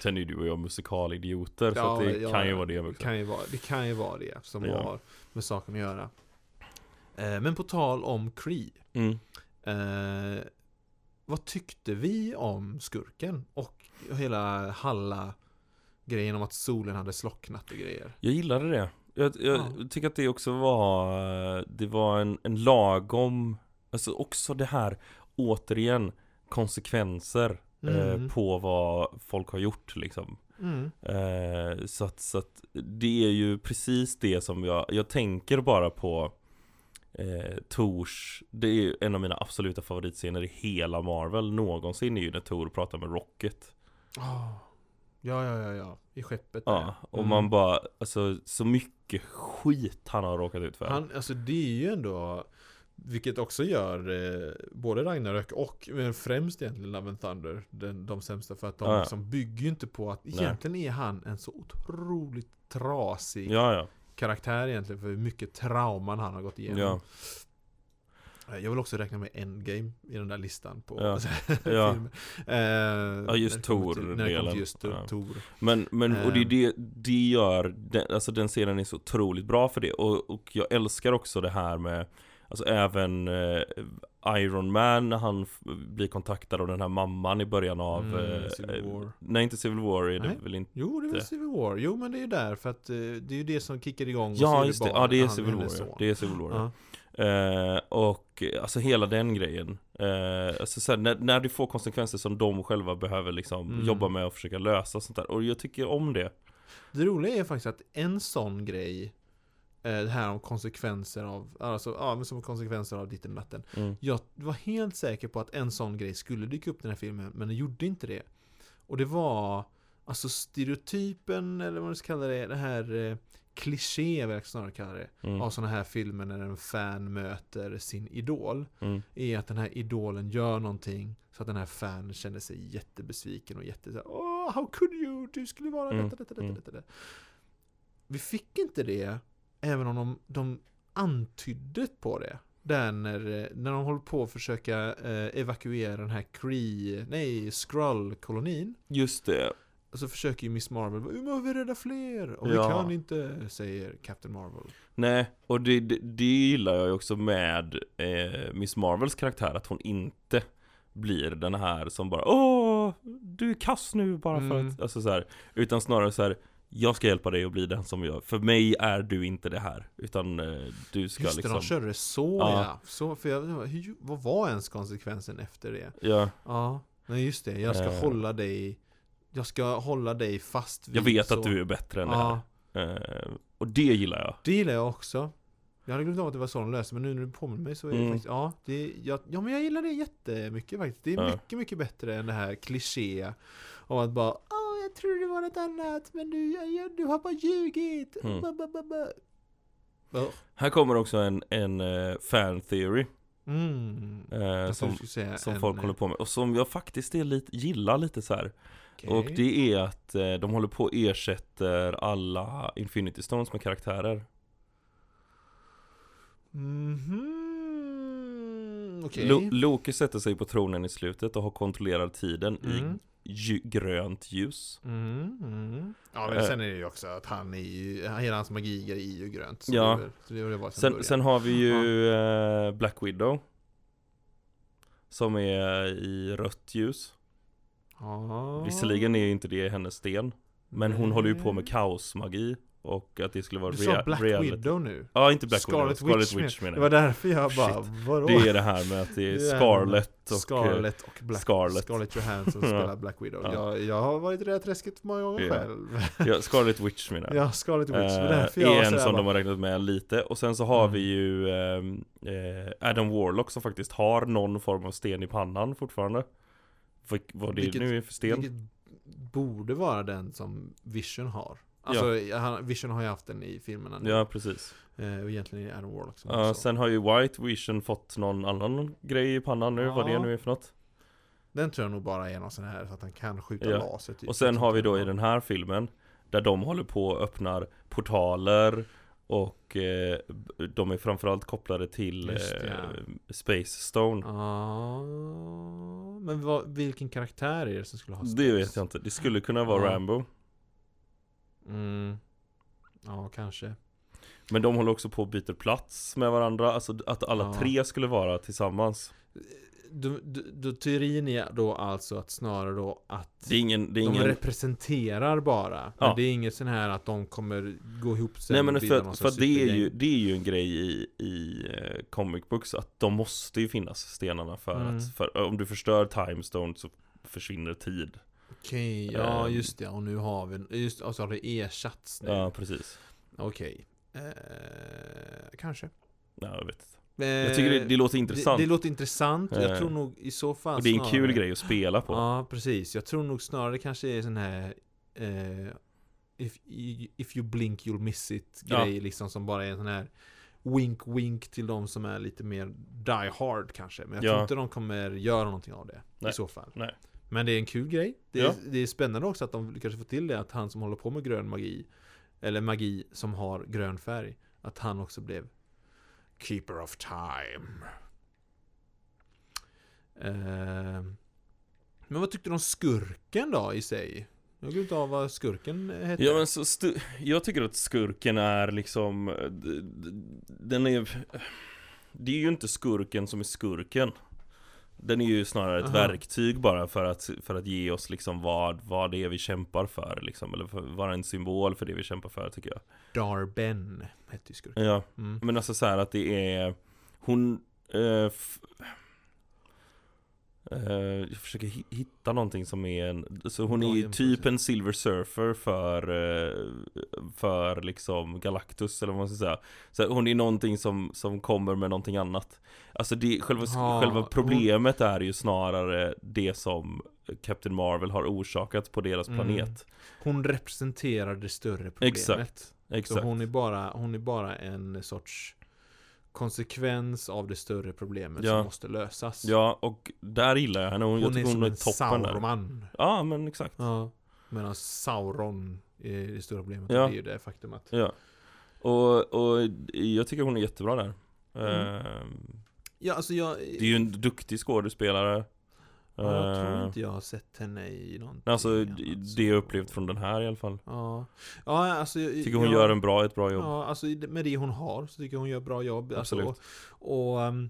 Speaker 1: Sen är du och jag musikalidioter så
Speaker 2: Ja,
Speaker 1: att det
Speaker 2: ja,
Speaker 1: kan ju
Speaker 2: ja.
Speaker 1: vara det
Speaker 2: Det
Speaker 1: också.
Speaker 2: kan ju vara det, kan ju vara det som
Speaker 1: Ja.
Speaker 2: har med saken att göra. Eh, Men på tal om Cree.
Speaker 1: Mm.
Speaker 2: Eh, vad tyckte vi om skurken? Och hela Halla grejen om att solen hade slocknat och grejer.
Speaker 1: Jag gillade det. Jag, jag
Speaker 2: Ja.
Speaker 1: tycker att det också var, det var en, en lagom, alltså också det här, återigen, konsekvenser eh,
Speaker 2: Mm.
Speaker 1: på vad folk har gjort liksom.
Speaker 2: Mm.
Speaker 1: Eh, så, att, så att det är ju precis det som jag, jag tänker bara på eh, Tors, det är ju en av mina absoluta favoritscener i hela Marvel någonsin är ju när Tor pratar med Rocket.
Speaker 2: Ah. Ja, ja, ja, ja. I skeppet
Speaker 1: Ja, och
Speaker 2: Mm.
Speaker 1: man bara, alltså så mycket skit han har råkat ut för.
Speaker 2: Han, alltså det är ju ändå Vilket också gör eh, både Ragnarök och men främst egentligen Love and Thunder den, De sämsta för att de
Speaker 1: Ja, ja.
Speaker 2: liksom bygger ju inte på att
Speaker 1: Nej.
Speaker 2: Egentligen är han en så otroligt trasig
Speaker 1: Ja, ja.
Speaker 2: karaktär egentligen för hur mycket trauman han har gått igenom
Speaker 1: Ja.
Speaker 2: Eh, Jag vill också räkna med Endgame i den där listan på
Speaker 1: Ja. Ja.
Speaker 2: filmer eh,
Speaker 1: Ja, just
Speaker 2: när det kommer till- När det kommer
Speaker 1: Thor-delen.
Speaker 2: till just
Speaker 1: Ja.
Speaker 2: Tor
Speaker 1: Men, men och det, är
Speaker 2: Ehm.
Speaker 1: det, det gör, den, alltså den scenen är så otroligt bra för det. Och, och jag älskar också det här med, alltså även eh, Iron Man när han f- blir kontaktad av den här mamman i början av...
Speaker 2: Mm,
Speaker 1: eh,
Speaker 2: Civil War.
Speaker 1: Nej, inte Civil War är det
Speaker 2: Nej.
Speaker 1: väl inte?
Speaker 2: Jo, det är väl
Speaker 1: Det.
Speaker 2: Civil War? Jo, men det är ju där för att eh, det är ju det som kickar igång och så är
Speaker 1: Ja, just det.
Speaker 2: barnen,
Speaker 1: Ja, det är
Speaker 2: han-
Speaker 1: Civil War.
Speaker 2: hennes
Speaker 1: ja.
Speaker 2: son.
Speaker 1: Det är Civil War. ja.
Speaker 2: Ja.
Speaker 1: Eh, och eh, alltså hela den grejen. Eh, alltså, så här, när, när det får konsekvenser som de själva behöver liksom
Speaker 2: Mm.
Speaker 1: jobba med och försöka lösa och sånt där. Och jag tycker om det.
Speaker 2: Det roliga är faktiskt att en sån grej eh, Det här om konsekvenser av, alltså, ja, men som konsekvenser av ditten natten.
Speaker 1: Mm.
Speaker 2: Jag var helt säker på att en sån grej skulle dyka upp i den här filmen, men den gjorde inte det. Och det var, alltså stereotypen, eller vad man ska kalla det, det här eh, kliché, vad jag snarare kallar det,
Speaker 1: Mm.
Speaker 2: av såna här filmer när en fan möter sin idol.
Speaker 1: Mm.
Speaker 2: är att den här idolen gör någonting så att den här fan känner sig jättebesviken och jätte så här, Åh, how could you? Du skulle vara
Speaker 1: Mm,
Speaker 2: detta, detta, detta,
Speaker 1: mm.
Speaker 2: detta, detta. Vi fick inte det, även om de, de antydde på det. Där när, eh, när de håller på att försöka eh, evakuera den här Cree, nej, Skrull-kolonin.
Speaker 1: Just det.
Speaker 2: Så försöker ju Miss Marvel, "Vi behöver rädda fler! Och vi
Speaker 1: Ja.
Speaker 2: kan inte, säger Captain Marvel.
Speaker 1: Nej, och det, det, det gillar jag ju också med eh, Miss Marvels karaktär, att hon inte blir den här som bara Åh, du är kass nu bara för
Speaker 2: Mm.
Speaker 1: att, alltså så här, Utan snarare så här Jag ska hjälpa dig att bli den som jag, för mig är du inte det här Utan eh, du ska
Speaker 2: Just det,
Speaker 1: liksom
Speaker 2: de körde så ja.
Speaker 1: Ja.
Speaker 2: Så, för jag, hur, vad var ens konsekvensen efter det?
Speaker 1: Ja,
Speaker 2: Ja, nej just det. Jag ska
Speaker 1: Eh.
Speaker 2: hålla dig Jag ska hålla dig fast vid
Speaker 1: jag vet
Speaker 2: så.
Speaker 1: att du är bättre än
Speaker 2: Ja,
Speaker 1: det här eh, Och det gillar jag
Speaker 2: det gillar jag också. Jag hade glömt av att det var så de löste men nu när du påminner mig så är det
Speaker 1: Mm.
Speaker 2: faktiskt Ja, det, jag, ja men jag gillar det jättemycket faktiskt. Det är
Speaker 1: Ja.
Speaker 2: mycket, mycket bättre än det här kliché om att bara Åh, jag trodde det var något annat men du, jag- jag, du har bara ljugit.
Speaker 1: Mm.
Speaker 2: Ba, ba, ba, ba. Ja.
Speaker 1: Här kommer också en, en eh, fan theory
Speaker 2: Mm.
Speaker 1: eh,
Speaker 2: Fast du
Speaker 1: Som,
Speaker 2: skulle säga
Speaker 1: som
Speaker 2: en- eh,
Speaker 1: folk håller på med och som jag faktiskt är lite, gillar lite så här
Speaker 2: okej.
Speaker 1: Och det är att eh, de håller på och ersätter alla Infinity Stones med karaktärer.
Speaker 2: Mhm. Okej.
Speaker 1: Lo- Loki sätter sig på tronen i slutet och har kontrollerat tiden
Speaker 2: Mm.
Speaker 1: i ju- grönt ljus.
Speaker 2: Mm, mm. Ja men
Speaker 1: Eh.
Speaker 2: sen är det ju också att han är ju, han- hela hans magigrej är ju grönt. Så
Speaker 1: Ja.
Speaker 2: det, är väl- så det har det varit sen,
Speaker 1: Sen, sen har vi ju eh, Black Widow. Som är i rött ljus.
Speaker 2: Ja.
Speaker 1: Visserligen är ju inte det hennes sten. Men hon
Speaker 2: Nej.
Speaker 1: håller ju på med kaosmagi. Och att det skulle vara
Speaker 2: Mm. Du sa
Speaker 1: rea-
Speaker 2: Black
Speaker 1: reality.
Speaker 2: Widow nu.
Speaker 1: Ja, inte Black
Speaker 2: Scarlet
Speaker 1: Widow.
Speaker 2: Witch
Speaker 1: Scarlet Witch
Speaker 2: Det
Speaker 1: menar
Speaker 2: var
Speaker 1: jag.
Speaker 2: därför jag
Speaker 1: Shit.
Speaker 2: bara, vadå?
Speaker 1: Det är det här med att det är
Speaker 2: Det är-
Speaker 1: Scarlet och... eh,
Speaker 2: Scarlett och Black
Speaker 1: Scarlett.
Speaker 2: Scarlett Johansson spelar Black Widow.
Speaker 1: Ja.
Speaker 2: Jag, jag har varit i det här träsket många gånger
Speaker 1: Ja.
Speaker 2: själv.
Speaker 1: Ja, Scarlet Witch menar jag.
Speaker 2: Ja, Scarlett Witch. Det var
Speaker 1: Eh,
Speaker 2: därför
Speaker 1: är
Speaker 2: jag
Speaker 1: en
Speaker 2: sådär
Speaker 1: som
Speaker 2: bara,
Speaker 1: de har räknat med lite. Och sen så har
Speaker 2: Mm.
Speaker 1: vi ju ehm, eh, Adam Warlock som faktiskt har någon form av sten i pannan fortfarande. Vad, vad det
Speaker 2: Vilket-
Speaker 1: nu är för sten.
Speaker 2: Vilket borde vara den som Vision har. Alltså han, Vision har ju haft den i filmerna nu.
Speaker 1: Ja, precis.
Speaker 2: Eh, och egentligen är det Adam Warlock som
Speaker 1: Ja,
Speaker 2: också.
Speaker 1: sen har ju White Vision fått någon annan grej i pannan nu, vad det
Speaker 2: Ja.
Speaker 1: nu är för något.
Speaker 2: Den tror jag nog bara är någon sån här så att han kan skjuta
Speaker 1: Ja.
Speaker 2: laser typ.
Speaker 1: Och sen har vi då i den här filmen, där de håller på och öppnar portaler och eh, de är framförallt kopplade till
Speaker 2: Just det,
Speaker 1: eh, Space Stone.
Speaker 2: Ah, men vad, vilken karaktär är det som skulle ha
Speaker 1: Det
Speaker 2: Stones?
Speaker 1: vet jag inte, det skulle kunna vara
Speaker 2: Ja.
Speaker 1: Rambo.
Speaker 2: Mm. Ja, kanske.
Speaker 1: Men de håller också på och byter plats med varandra, alltså att alla
Speaker 2: Ja.
Speaker 1: tre skulle vara tillsammans.
Speaker 2: Då, då, då, teorin är då alltså att snarare då att
Speaker 1: Det är ingen, det är
Speaker 2: de
Speaker 1: ingen...
Speaker 2: representerar bara.
Speaker 1: Ja.
Speaker 2: Men det är inget sån här att de kommer gå ihop sig
Speaker 1: Nej
Speaker 2: och
Speaker 1: men
Speaker 2: bilda
Speaker 1: för,
Speaker 2: någon
Speaker 1: att- för
Speaker 2: sorts
Speaker 1: att det är,
Speaker 2: supergäng.
Speaker 1: ju, det är ju en grej i, i eh, comic books att de måste ju finnas stenarna för
Speaker 2: Mm.
Speaker 1: att, för, om du förstör time stone så försvinner tid.
Speaker 2: Okej, ja
Speaker 1: Ehm.
Speaker 2: just det. Och nu har vi... Just och så har det ersatts nu.
Speaker 1: Ja precis.
Speaker 2: Okej. Eh, kanske.
Speaker 1: Ja, jag vet inte.
Speaker 2: Eh,
Speaker 1: Jag tycker det, det låter intressant.
Speaker 2: Det, låter intressant.
Speaker 1: Eh.
Speaker 2: Jag tror nog i så fall
Speaker 1: och det är en kul
Speaker 2: snarare-
Speaker 1: grej att spela på.
Speaker 2: Ja, precis. Jag tror nog snarare kanske är sån här eh, if, you- if you blink you'll miss it
Speaker 1: Ja.
Speaker 2: grej liksom som bara är en sån här wink wink till de som är lite mer die hard kanske. Men jag
Speaker 1: Ja.
Speaker 2: tror inte de kommer göra någonting av det
Speaker 1: Nej.
Speaker 2: i så fall.
Speaker 1: Nej.
Speaker 2: Men det är en kul grej. Det är,
Speaker 1: Ja.
Speaker 2: det är spännande också att de lyckas få till det att han som håller på med grön magi eller magi som har grön färg att han också blev Keeper of Time. Ehm. Men vad tyckte du om skurken då i sig? Jag glömde av vad skurken hette.
Speaker 1: Ja men så stu- jag tycker att skurken är liksom, eh, d- d- den är, det är ju inte skurken som är skurken. Den är ju snarare ett
Speaker 2: Aha.
Speaker 1: verktyg bara för att, för att ge oss liksom vad, vad det är vi kämpar för liksom, eller för, vara en symbol för det vi kämpar för tycker jag.
Speaker 2: Darben hette ju skurken.
Speaker 1: Ja,
Speaker 2: Mm.
Speaker 1: men alltså så här att det är, hon, eh, f- eh, jag försöker hi- hitta någonting som är en, så hon är
Speaker 2: Bra
Speaker 1: ju
Speaker 2: jämförelse.
Speaker 1: typ en silver surfer för, eh, för liksom Galactus eller vad man ska säga. Så här, hon är någonting som, som kommer med någonting annat. Alltså det, själva,
Speaker 2: Ja,
Speaker 1: själva
Speaker 2: hon-
Speaker 1: problemet är ju snarare det som Captain Marvel har orsakat på deras
Speaker 2: Mm,
Speaker 1: planet.
Speaker 2: Hon representerar det större problemet.
Speaker 1: Exakt,
Speaker 2: Så
Speaker 1: Exakt.
Speaker 2: hon är, bara, hon är bara en sorts konsekvens av det större problemet
Speaker 1: Ja.
Speaker 2: som måste lösas.
Speaker 1: Ja, och där gillar jag henne. Hon, jag
Speaker 2: Hon är
Speaker 1: tycker
Speaker 2: som
Speaker 1: hon är
Speaker 2: en
Speaker 1: toppen där.
Speaker 2: Sauroman.
Speaker 1: Ja, men exakt.
Speaker 2: Ja. Medan Sauron är det stora problemet.
Speaker 1: Ja.
Speaker 2: Det är ju det faktum att
Speaker 1: Ja. Och, och jag tycker hon är jättebra där.
Speaker 2: Mm.
Speaker 1: Ehm,
Speaker 2: Ja, alltså jag,
Speaker 1: Det är ju en duktig skådespelare.
Speaker 2: ja, jag tror
Speaker 1: Ehm,
Speaker 2: inte jag har sett henne i någonting
Speaker 1: Alltså
Speaker 2: annat,
Speaker 1: d-
Speaker 2: så-
Speaker 1: det jag upplevt från den här i alla fall.
Speaker 2: Ja, ja alltså jag-
Speaker 1: Tycker hon
Speaker 2: jag,
Speaker 1: gör en bra, ett bra jobb.
Speaker 2: Ja, alltså i det- med det hon har så tycker jag hon gör bra jobb. Alltså,
Speaker 1: Absolut.
Speaker 2: och, och ehm,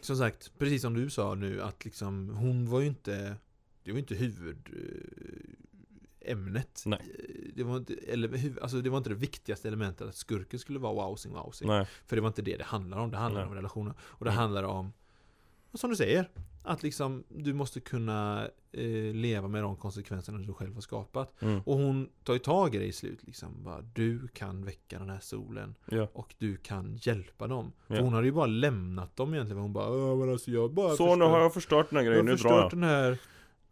Speaker 2: som sagt, precis som du sa nu att liksom hon var ju inte Det var ju inte huvudämnet.
Speaker 1: Nej.
Speaker 2: Eh, Det var inte, eller, huv- alltså, det var inte det viktigaste elementet att skurken skulle vara wowsing wowsing.
Speaker 1: Nej.
Speaker 2: För det var inte det det handlar om. Det handlar
Speaker 1: Nej.
Speaker 2: om relationer. Och det
Speaker 1: Mm.
Speaker 2: handlar om, som du säger, att liksom du måste kunna eh, leva med de konsekvenserna du själv har skapat.
Speaker 1: Mm.
Speaker 2: Och hon tar ju tag i det i slut. Liksom. Bara, du kan väcka den här solen
Speaker 1: Ja.
Speaker 2: och du kan hjälpa dem.
Speaker 1: Ja.
Speaker 2: För hon hade ju bara lämnat dem egentligen. Hon bara, "Ja, men alltså jag bara
Speaker 1: Så nu
Speaker 2: förstör-
Speaker 1: har jag förstört den här
Speaker 2: jag
Speaker 1: grejen,
Speaker 2: har
Speaker 1: nu drar
Speaker 2: förstört
Speaker 1: jag.
Speaker 2: den här.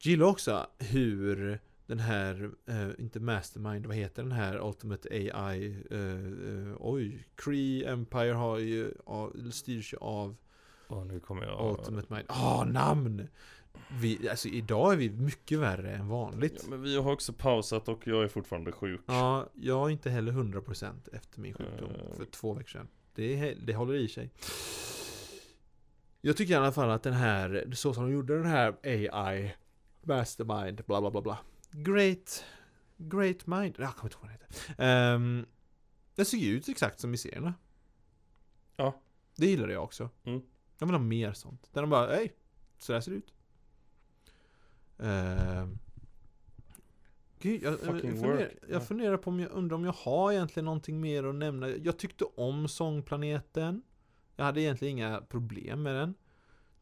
Speaker 2: Gillar också hur den här, eh, inte Mastermind, vad heter den här Ultimate AI? Eh, eh, oj, Cree Empire har ju, ja, styrs ju av
Speaker 1: Åh, nu kommer jag...
Speaker 2: Ultimate Mind. Ah, namn! Vi, alltså idag är vi mycket värre än
Speaker 1: Ja,
Speaker 2: vanligt.
Speaker 1: men vi har också pausat och jag är fortfarande sjuk.
Speaker 2: Ja, jag är inte heller 100% efter min sjukdom
Speaker 1: Eh.
Speaker 2: för två veckor sedan. Det, är, det håller i sig. Jag tycker i alla fall att den här, så som de gjorde den här AI Mastermind, bla bla bla bla. Great, great mind. Ah, Jag kommer inte ihåg vad den heter. Um, den ser ju ut exakt som i serierna.
Speaker 1: Ja.
Speaker 2: Det gillar jag också.
Speaker 1: Mm.
Speaker 2: Jag vill ha mer sånt. Där de bara, hej, så där ser det ut. Ehm, Gud, jag, jag,
Speaker 1: Fucking
Speaker 2: funderar,
Speaker 1: work. Ja.
Speaker 2: jag funderar på om jag undrar om jag har egentligen någonting mer att nämna. Jag tyckte om Sångplaneten. Jag hade egentligen inga problem med den.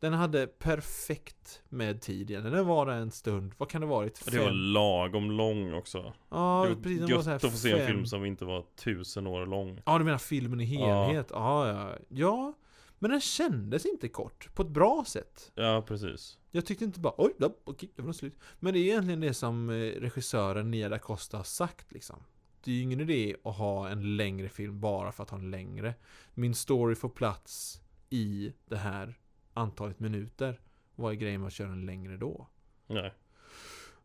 Speaker 2: Den hade perfekt med tid igen. Den var en stund, vad kan det varit?
Speaker 1: Det var lagom lång också.
Speaker 2: ja,
Speaker 1: det var
Speaker 2: precis, den var
Speaker 1: gött
Speaker 2: så här
Speaker 1: att få se en
Speaker 2: fem.
Speaker 1: film som inte var tusen år lång.
Speaker 2: Ja, du menar filmen i
Speaker 1: Ja.
Speaker 2: helhet? Ja, ja. ja. Men den kändes inte kort, på ett bra sätt.
Speaker 1: Ja, precis.
Speaker 2: Jag tyckte inte bara oj, då, okej, det var nog slut. Men det är egentligen det som eh, regissören Nia da Costa har sagt liksom. Det är ju ingen idé att ha en längre film bara för att ha en längre. Min story får plats i det här antalet minuter. Vad är grejen med att köra en längre då?
Speaker 1: Nej.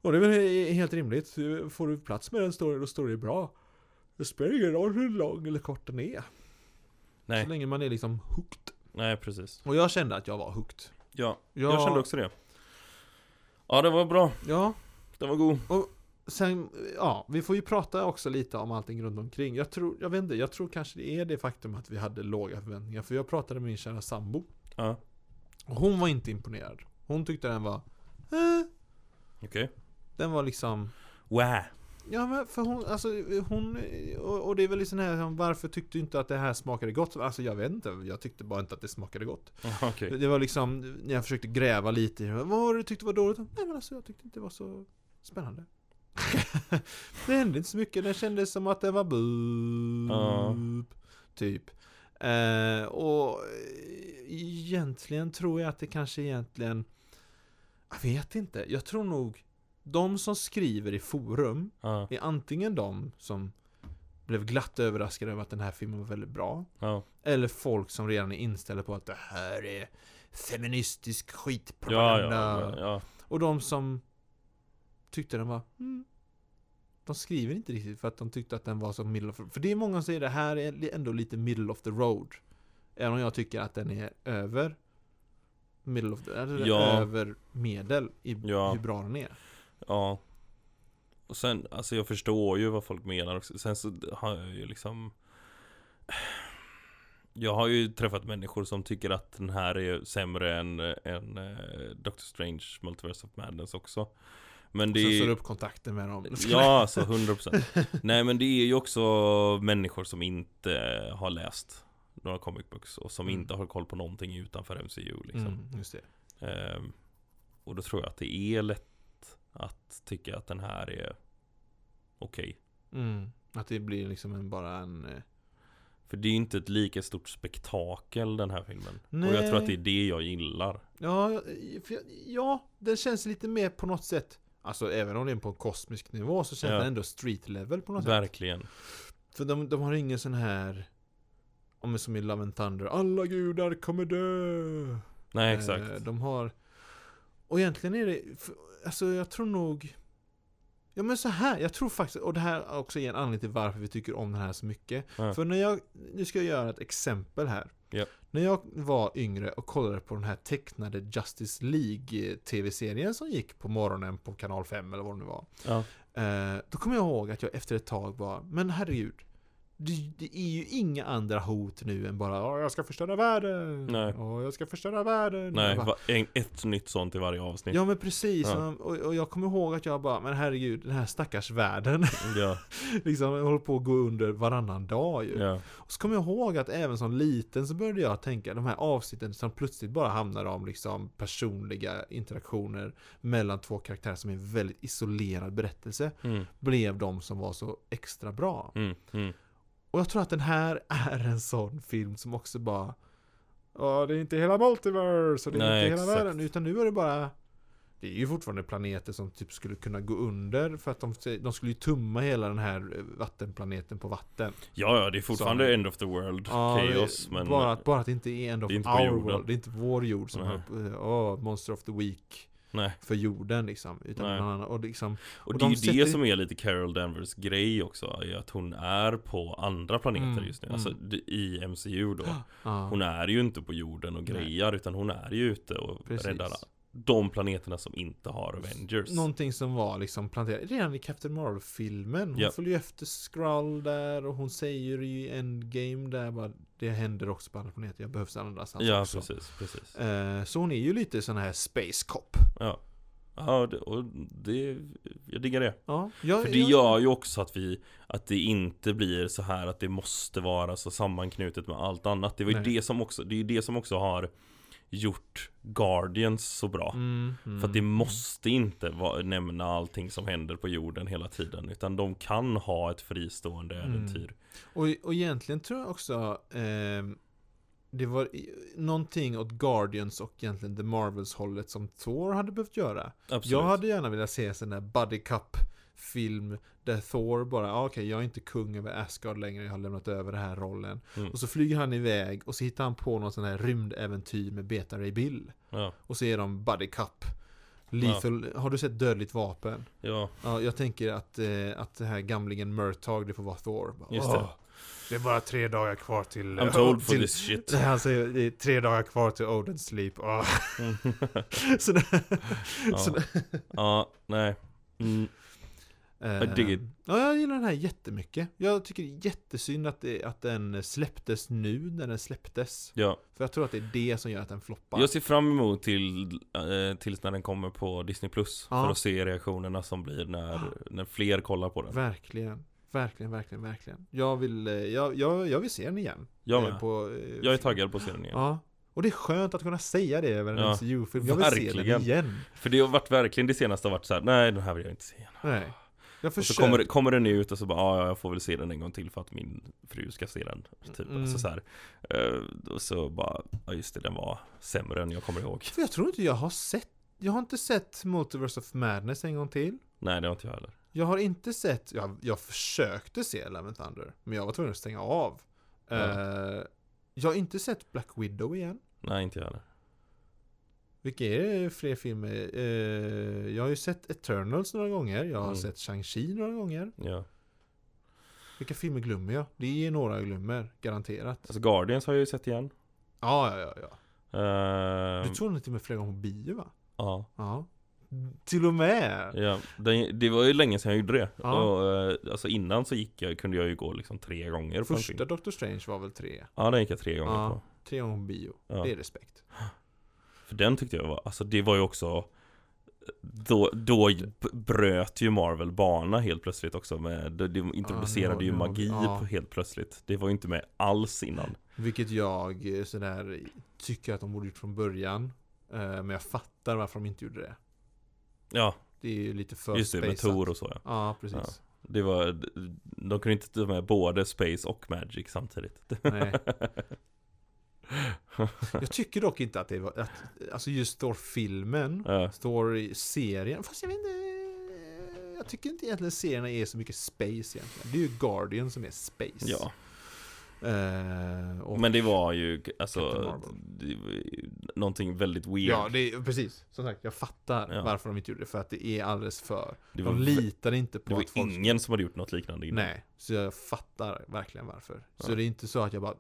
Speaker 2: Och det är väl helt rimligt. Får du plats med den story, då står det bra. Det spelar ingen roll hur lång eller kort den är.
Speaker 1: Nej.
Speaker 2: Så länge man är liksom hooked.
Speaker 1: Nej, precis.
Speaker 2: Och jag kände att jag var hooked.
Speaker 1: Ja,
Speaker 2: Jag,
Speaker 1: jag kände också det. Ja, det var bra.
Speaker 2: Ja,
Speaker 1: Den var god.
Speaker 2: sen, ja, vi får ju prata också lite om allting runt omkring. Jag tror, jag vet inte, jag tror kanske det är det faktum att vi hade låga förväntningar. För jag pratade med min kära sambo.
Speaker 1: Ja,
Speaker 2: Och hon var inte imponerad. Hon tyckte den var, eh,
Speaker 1: okej.
Speaker 2: den var liksom
Speaker 1: Wow.
Speaker 2: Ja men för hon, alltså hon, och, och det är väl liksom här som, varför tyckte du inte att det här smakade gott? Alltså jag vet inte, jag tyckte bara inte att det smakade gott.
Speaker 1: Okej.
Speaker 2: Det var liksom, när jag försökte gräva lite i det, vad var det du tyckte var dåligt? Nej men alltså jag tyckte inte det var så spännande. det hände inte så mycket, det kändes som att det var boop,
Speaker 1: Ja.
Speaker 2: typ. Eh, och egentligen tror jag att det kanske egentligen, jag vet inte, jag tror nog de som skriver i forum
Speaker 1: Ja,
Speaker 2: är antingen de som blev glatt överraskade över att den här filmen var väldigt bra.
Speaker 1: ja.
Speaker 2: Eller folk som redan är inställda på att det här är feministisk skitpropaganda.
Speaker 1: ja, ja.
Speaker 2: Och de som tyckte den var mm, De skriver inte riktigt för att de tyckte att den var så middle of För det är många som säger det här är ändå lite middle of the road. Även om jag tycker att den är över middle of the, eller
Speaker 1: Ja.
Speaker 2: över medel i
Speaker 1: Ja.
Speaker 2: hur bra den är.
Speaker 1: Ja Och sen, alltså jag förstår ju vad folk menar också Sen så har jag ju liksom Jag har ju träffat människor som tycker att den här är sämre än, än eh, Doctor Strange Multiverse of Madness också Men det
Speaker 2: Sen
Speaker 1: är-
Speaker 2: så du upp kontakten med dem.
Speaker 1: Ja, alltså 100% Nej men det är ju också människor som inte har läst några comic books och som
Speaker 2: Mm.
Speaker 1: inte har koll på någonting utanför MCU liksom.
Speaker 2: Mm, just det.
Speaker 1: Ehm, och då tror jag att det är lätt att tycka att den här är okej.
Speaker 2: Mm. Att det blir liksom en, bara en... eh,
Speaker 1: För det är ju inte ett lika stort spektakel den här filmen. Och jag tror att det är det jag gillar.
Speaker 2: Ja, eh, för jag, ja, den känns lite mer på något sätt. Alltså även om den är på en kosmisk nivå så känns
Speaker 1: Ja.
Speaker 2: den ändå street level på något sätt.
Speaker 1: Verkligen.
Speaker 2: För de, de har ingen sån här... Om det är som i Love and Thunder. Alla gudar kommer dö!
Speaker 1: Nej
Speaker 2: Eh,
Speaker 1: exakt.
Speaker 2: De har... Och egentligen är det... för- Alltså jag tror nog... Ja men så här, jag tror faktiskt, och det här är också en anledning till varför vi tycker om den här så mycket.
Speaker 1: Ja.
Speaker 2: För när jag, nu ska jag göra ett exempel här.
Speaker 1: Ja.
Speaker 2: När jag var yngre och kollade på den här tecknade Justice League eh, TV-serien som gick på morgonen på kanal 5 eller vad det nu var.
Speaker 1: Ja.
Speaker 2: Eh, Då kommer jag ihåg att jag efter ett tag bara, men herregud. Det, det är ju inga andra hot nu än bara "Åh, jag ska förstöra världen.
Speaker 1: Nej.
Speaker 2: "Åh, jag ska förstöra världen.
Speaker 1: Nej,
Speaker 2: Jag bara,
Speaker 1: va- en, ett nytt sånt i varje avsnitt.
Speaker 2: Ja men precis,
Speaker 1: Ja.
Speaker 2: och, och jag kommer ihåg att jag bara, men herregud, den här stackars världen
Speaker 1: Ja,
Speaker 2: liksom håller på att gå under varannan dag ju.
Speaker 1: ja,
Speaker 2: Och så kommer jag ihåg att även som liten så började jag tänka, de här avsnitten som plötsligt bara handlar om liksom personliga interaktioner mellan två karaktärer som är en väldigt isolerad berättelse,
Speaker 1: mm,
Speaker 2: blev de som var så extra bra.
Speaker 1: mm, mm.
Speaker 2: Och jag tror att den här är en sån film som också bara Ja, det är inte hela multiverse och det är
Speaker 1: Nej,
Speaker 2: inte hela
Speaker 1: exakt.
Speaker 2: världen utan nu är det bara Det är ju fortfarande planeter som typ skulle kunna gå under för att de, de skulle ju tumma hela den här eh, vattenplaneten på vatten.
Speaker 1: ja, ja, det är fortfarande
Speaker 2: Som-
Speaker 1: end of the world
Speaker 2: Ja, det-
Speaker 1: chaos men
Speaker 2: bara, att, bara att det inte är en of
Speaker 1: Det är inte på
Speaker 2: our
Speaker 1: jorden.
Speaker 2: world, det är inte vår jord som
Speaker 1: Nej.
Speaker 2: har, oh, Monster of the Week
Speaker 1: Nej.
Speaker 2: för jorden liksom. Utan
Speaker 1: Nej.
Speaker 2: någon annan, och liksom,
Speaker 1: Och
Speaker 2: och
Speaker 1: det är
Speaker 2: de
Speaker 1: ju
Speaker 2: sätter-
Speaker 1: det som är lite Carol Danvers grej också, är att hon är på andra planeter
Speaker 2: Mm,
Speaker 1: just nu,
Speaker 2: mm.
Speaker 1: alltså d- i MCU då
Speaker 2: ja,
Speaker 1: Hon är ju inte på jorden och
Speaker 2: Nej.
Speaker 1: grejar utan hon är ju ute och
Speaker 2: precis.
Speaker 1: räddar de planeterna som inte har Avengers.
Speaker 2: Någonting som var liksom planterat redan i Captain Marvel-filmen. Hon
Speaker 1: Ja.
Speaker 2: följer ju efter Skrull där och hon säger i Endgame där bara Det händer också på andra planeter, jag behövs annanstans
Speaker 1: ja,
Speaker 2: också.
Speaker 1: precis, precis.
Speaker 2: Eh, Så hon är ju lite sån här space cop.
Speaker 1: Ja. Ja, det, och det, jag diggar det.
Speaker 2: Ja, jag,
Speaker 1: För det
Speaker 2: jag-
Speaker 1: gör ju också att vi, att det inte blir så här att det måste vara så sammanknutet med allt annat. Det var ju
Speaker 2: Nej.
Speaker 1: det som också, det är ju det som också har gjort Guardians så bra.
Speaker 2: Mm, mm.
Speaker 1: För att det måste inte va- nämna allting som händer på jorden hela tiden. Utan de kan ha ett fristående
Speaker 2: Mm.
Speaker 1: äventyr.
Speaker 2: Och, och egentligen tror jag också ehm, Det var i- någonting åt Guardians och egentligen The Marvels hållet som Thor hade behövt göra.
Speaker 1: Absolut.
Speaker 2: Jag hade gärna velat se en sån där buddy cup film där Thor bara, ah, okej jag är inte kung över Asgard längre, jag har lämnat över den här rollen.
Speaker 1: Mm.
Speaker 2: Och så flyger han iväg och så hittar han på någon sån här rymdäventyr med Beta Ray Bill.
Speaker 1: Ja,
Speaker 2: Och så är de buddy cup. Lethal, har du sett Dödligt Vapen?
Speaker 1: ja.
Speaker 2: Ja, jag tänker att, eh, att det här gamlingen Murtag, det får vara Thor. Bara,
Speaker 1: Just det.
Speaker 2: "Åh, det är bara tre dagar kvar till...
Speaker 1: I'm told for
Speaker 2: till,
Speaker 1: this shit.
Speaker 2: Han säger det är tre dagar kvar till Odin Sleep. Åh.
Speaker 1: Mm.
Speaker 2: så, så,
Speaker 1: ja. ja, nej. Mm.
Speaker 2: Eh,
Speaker 1: I dig it.
Speaker 2: Ja, jag gillar den här jättemycket. Jag tycker det är jättesynd att, det, att den släpptes nu när den släpptes.
Speaker 1: Ja.
Speaker 2: För jag tror att det är det som gör att den floppar.
Speaker 1: Jag ser fram emot till, eh, tills när den kommer på Disney Plus
Speaker 2: Ja.
Speaker 1: För att se reaktionerna som blir när, när fler kollar på den
Speaker 2: Verkligen. Verkligen, verkligen, verkligen. Jag vill, eh, jag, jag, jag vill se den igen.
Speaker 1: Jag
Speaker 2: Eh,
Speaker 1: med,
Speaker 2: På, eh,
Speaker 1: jag är taggad på att se den igen
Speaker 2: Ja. Och det är skönt att kunna säga det över en
Speaker 1: Ja,
Speaker 2: MCU-film. Jag vill se
Speaker 1: verkligen.
Speaker 2: den igen.
Speaker 1: För det har varit verkligen det senaste har varit så här: nej den här vill jag inte se igen
Speaker 2: Nej. Jag
Speaker 1: Och så
Speaker 2: försöker.
Speaker 1: kommer, det- kommer den ut och så bara, "Ah, ja jag får väl se den en gång till för att min fru ska se den Typ,
Speaker 2: Mm.
Speaker 1: alltså så här. Eh, Och så bara, ja just det den var sämre än jag kommer ihåg
Speaker 2: För jag tror inte jag har sett. Jag har inte sett Multiverse of Madness en gång till.
Speaker 1: Nej det har inte jag heller
Speaker 2: Jag har inte sett, jag, jag försökte se Love and Thunder, men jag var tvungen att stänga av.
Speaker 1: Ja.
Speaker 2: Eh, jag har inte sett Black Widow igen.
Speaker 1: Nej inte jag heller
Speaker 2: Vilka är det fler filmer? Eh, jag har ju sett Eternals några gånger, jag har
Speaker 1: Mm.
Speaker 2: sett Shang-Chi några gånger.
Speaker 1: ja.
Speaker 2: Vilka filmer glömmer jag? Det är några jag glömmer, garanterat.
Speaker 1: Alltså Guardians har jag ju sett igen
Speaker 2: Ja, ja, ja. ja.
Speaker 1: Ehm,
Speaker 2: Du tror den till och med flera gånger på bio va?
Speaker 1: Ja
Speaker 2: Ja. Till och med!
Speaker 1: Ja, den, det var ju länge sedan jag gjorde det.
Speaker 2: Ja.
Speaker 1: Och, eh, alltså innan så gick jag, kunde jag ju gå liksom tre gånger på en
Speaker 2: Första
Speaker 1: film.
Speaker 2: Doctor Strange var väl tre?
Speaker 1: Ja, den gick jag tre gånger
Speaker 2: Ja.
Speaker 1: på.
Speaker 2: Tre gånger på bio.
Speaker 1: Ja.
Speaker 2: Det är respekt.
Speaker 1: För den tyckte jag var, alltså det var ju också då, då b- bröt ju Marvel bana helt plötsligt också med, de- de introducerade
Speaker 2: Ja, nu-
Speaker 1: ju
Speaker 2: nu har
Speaker 1: magi
Speaker 2: vi- ja.
Speaker 1: på- helt plötsligt Det var ju inte med alls innan
Speaker 2: Vilket jag eh, sådär tycker att de borde gjort från början. Eh, Men jag fattar varför de inte gjorde det.
Speaker 1: Ja,
Speaker 2: Det är ju lite för
Speaker 1: just det med
Speaker 2: spaceat.
Speaker 1: Tor och så ja
Speaker 2: Ja, precis.
Speaker 1: Det var, de kunde inte ta med både Space och Magic samtidigt
Speaker 2: Nej. Jag tycker dock inte att det var, att, alltså just Thor-filmen,
Speaker 1: Ja,
Speaker 2: Thor-serien, fast jag vet inte. eh, Jag tycker inte egentligen serierna är så mycket space egentligen. Det är ju Guardian som är space.
Speaker 1: ja.
Speaker 2: Eh, och,
Speaker 1: Men det var ju,
Speaker 2: Captain
Speaker 1: alltså,
Speaker 2: Marvel.
Speaker 1: det var ju någonting väldigt weird.
Speaker 2: Ja, det är, precis. Som sagt, jag fattar
Speaker 1: Ja.
Speaker 2: varför de inte gjorde det. För att det är alldeles för.
Speaker 1: det var,
Speaker 2: De litar inte på
Speaker 1: det var
Speaker 2: att folk
Speaker 1: ingen som hade gjort något liknande innan.
Speaker 2: Nej, så jag fattar verkligen varför. Så
Speaker 1: Ja.
Speaker 2: det är inte så att jag bara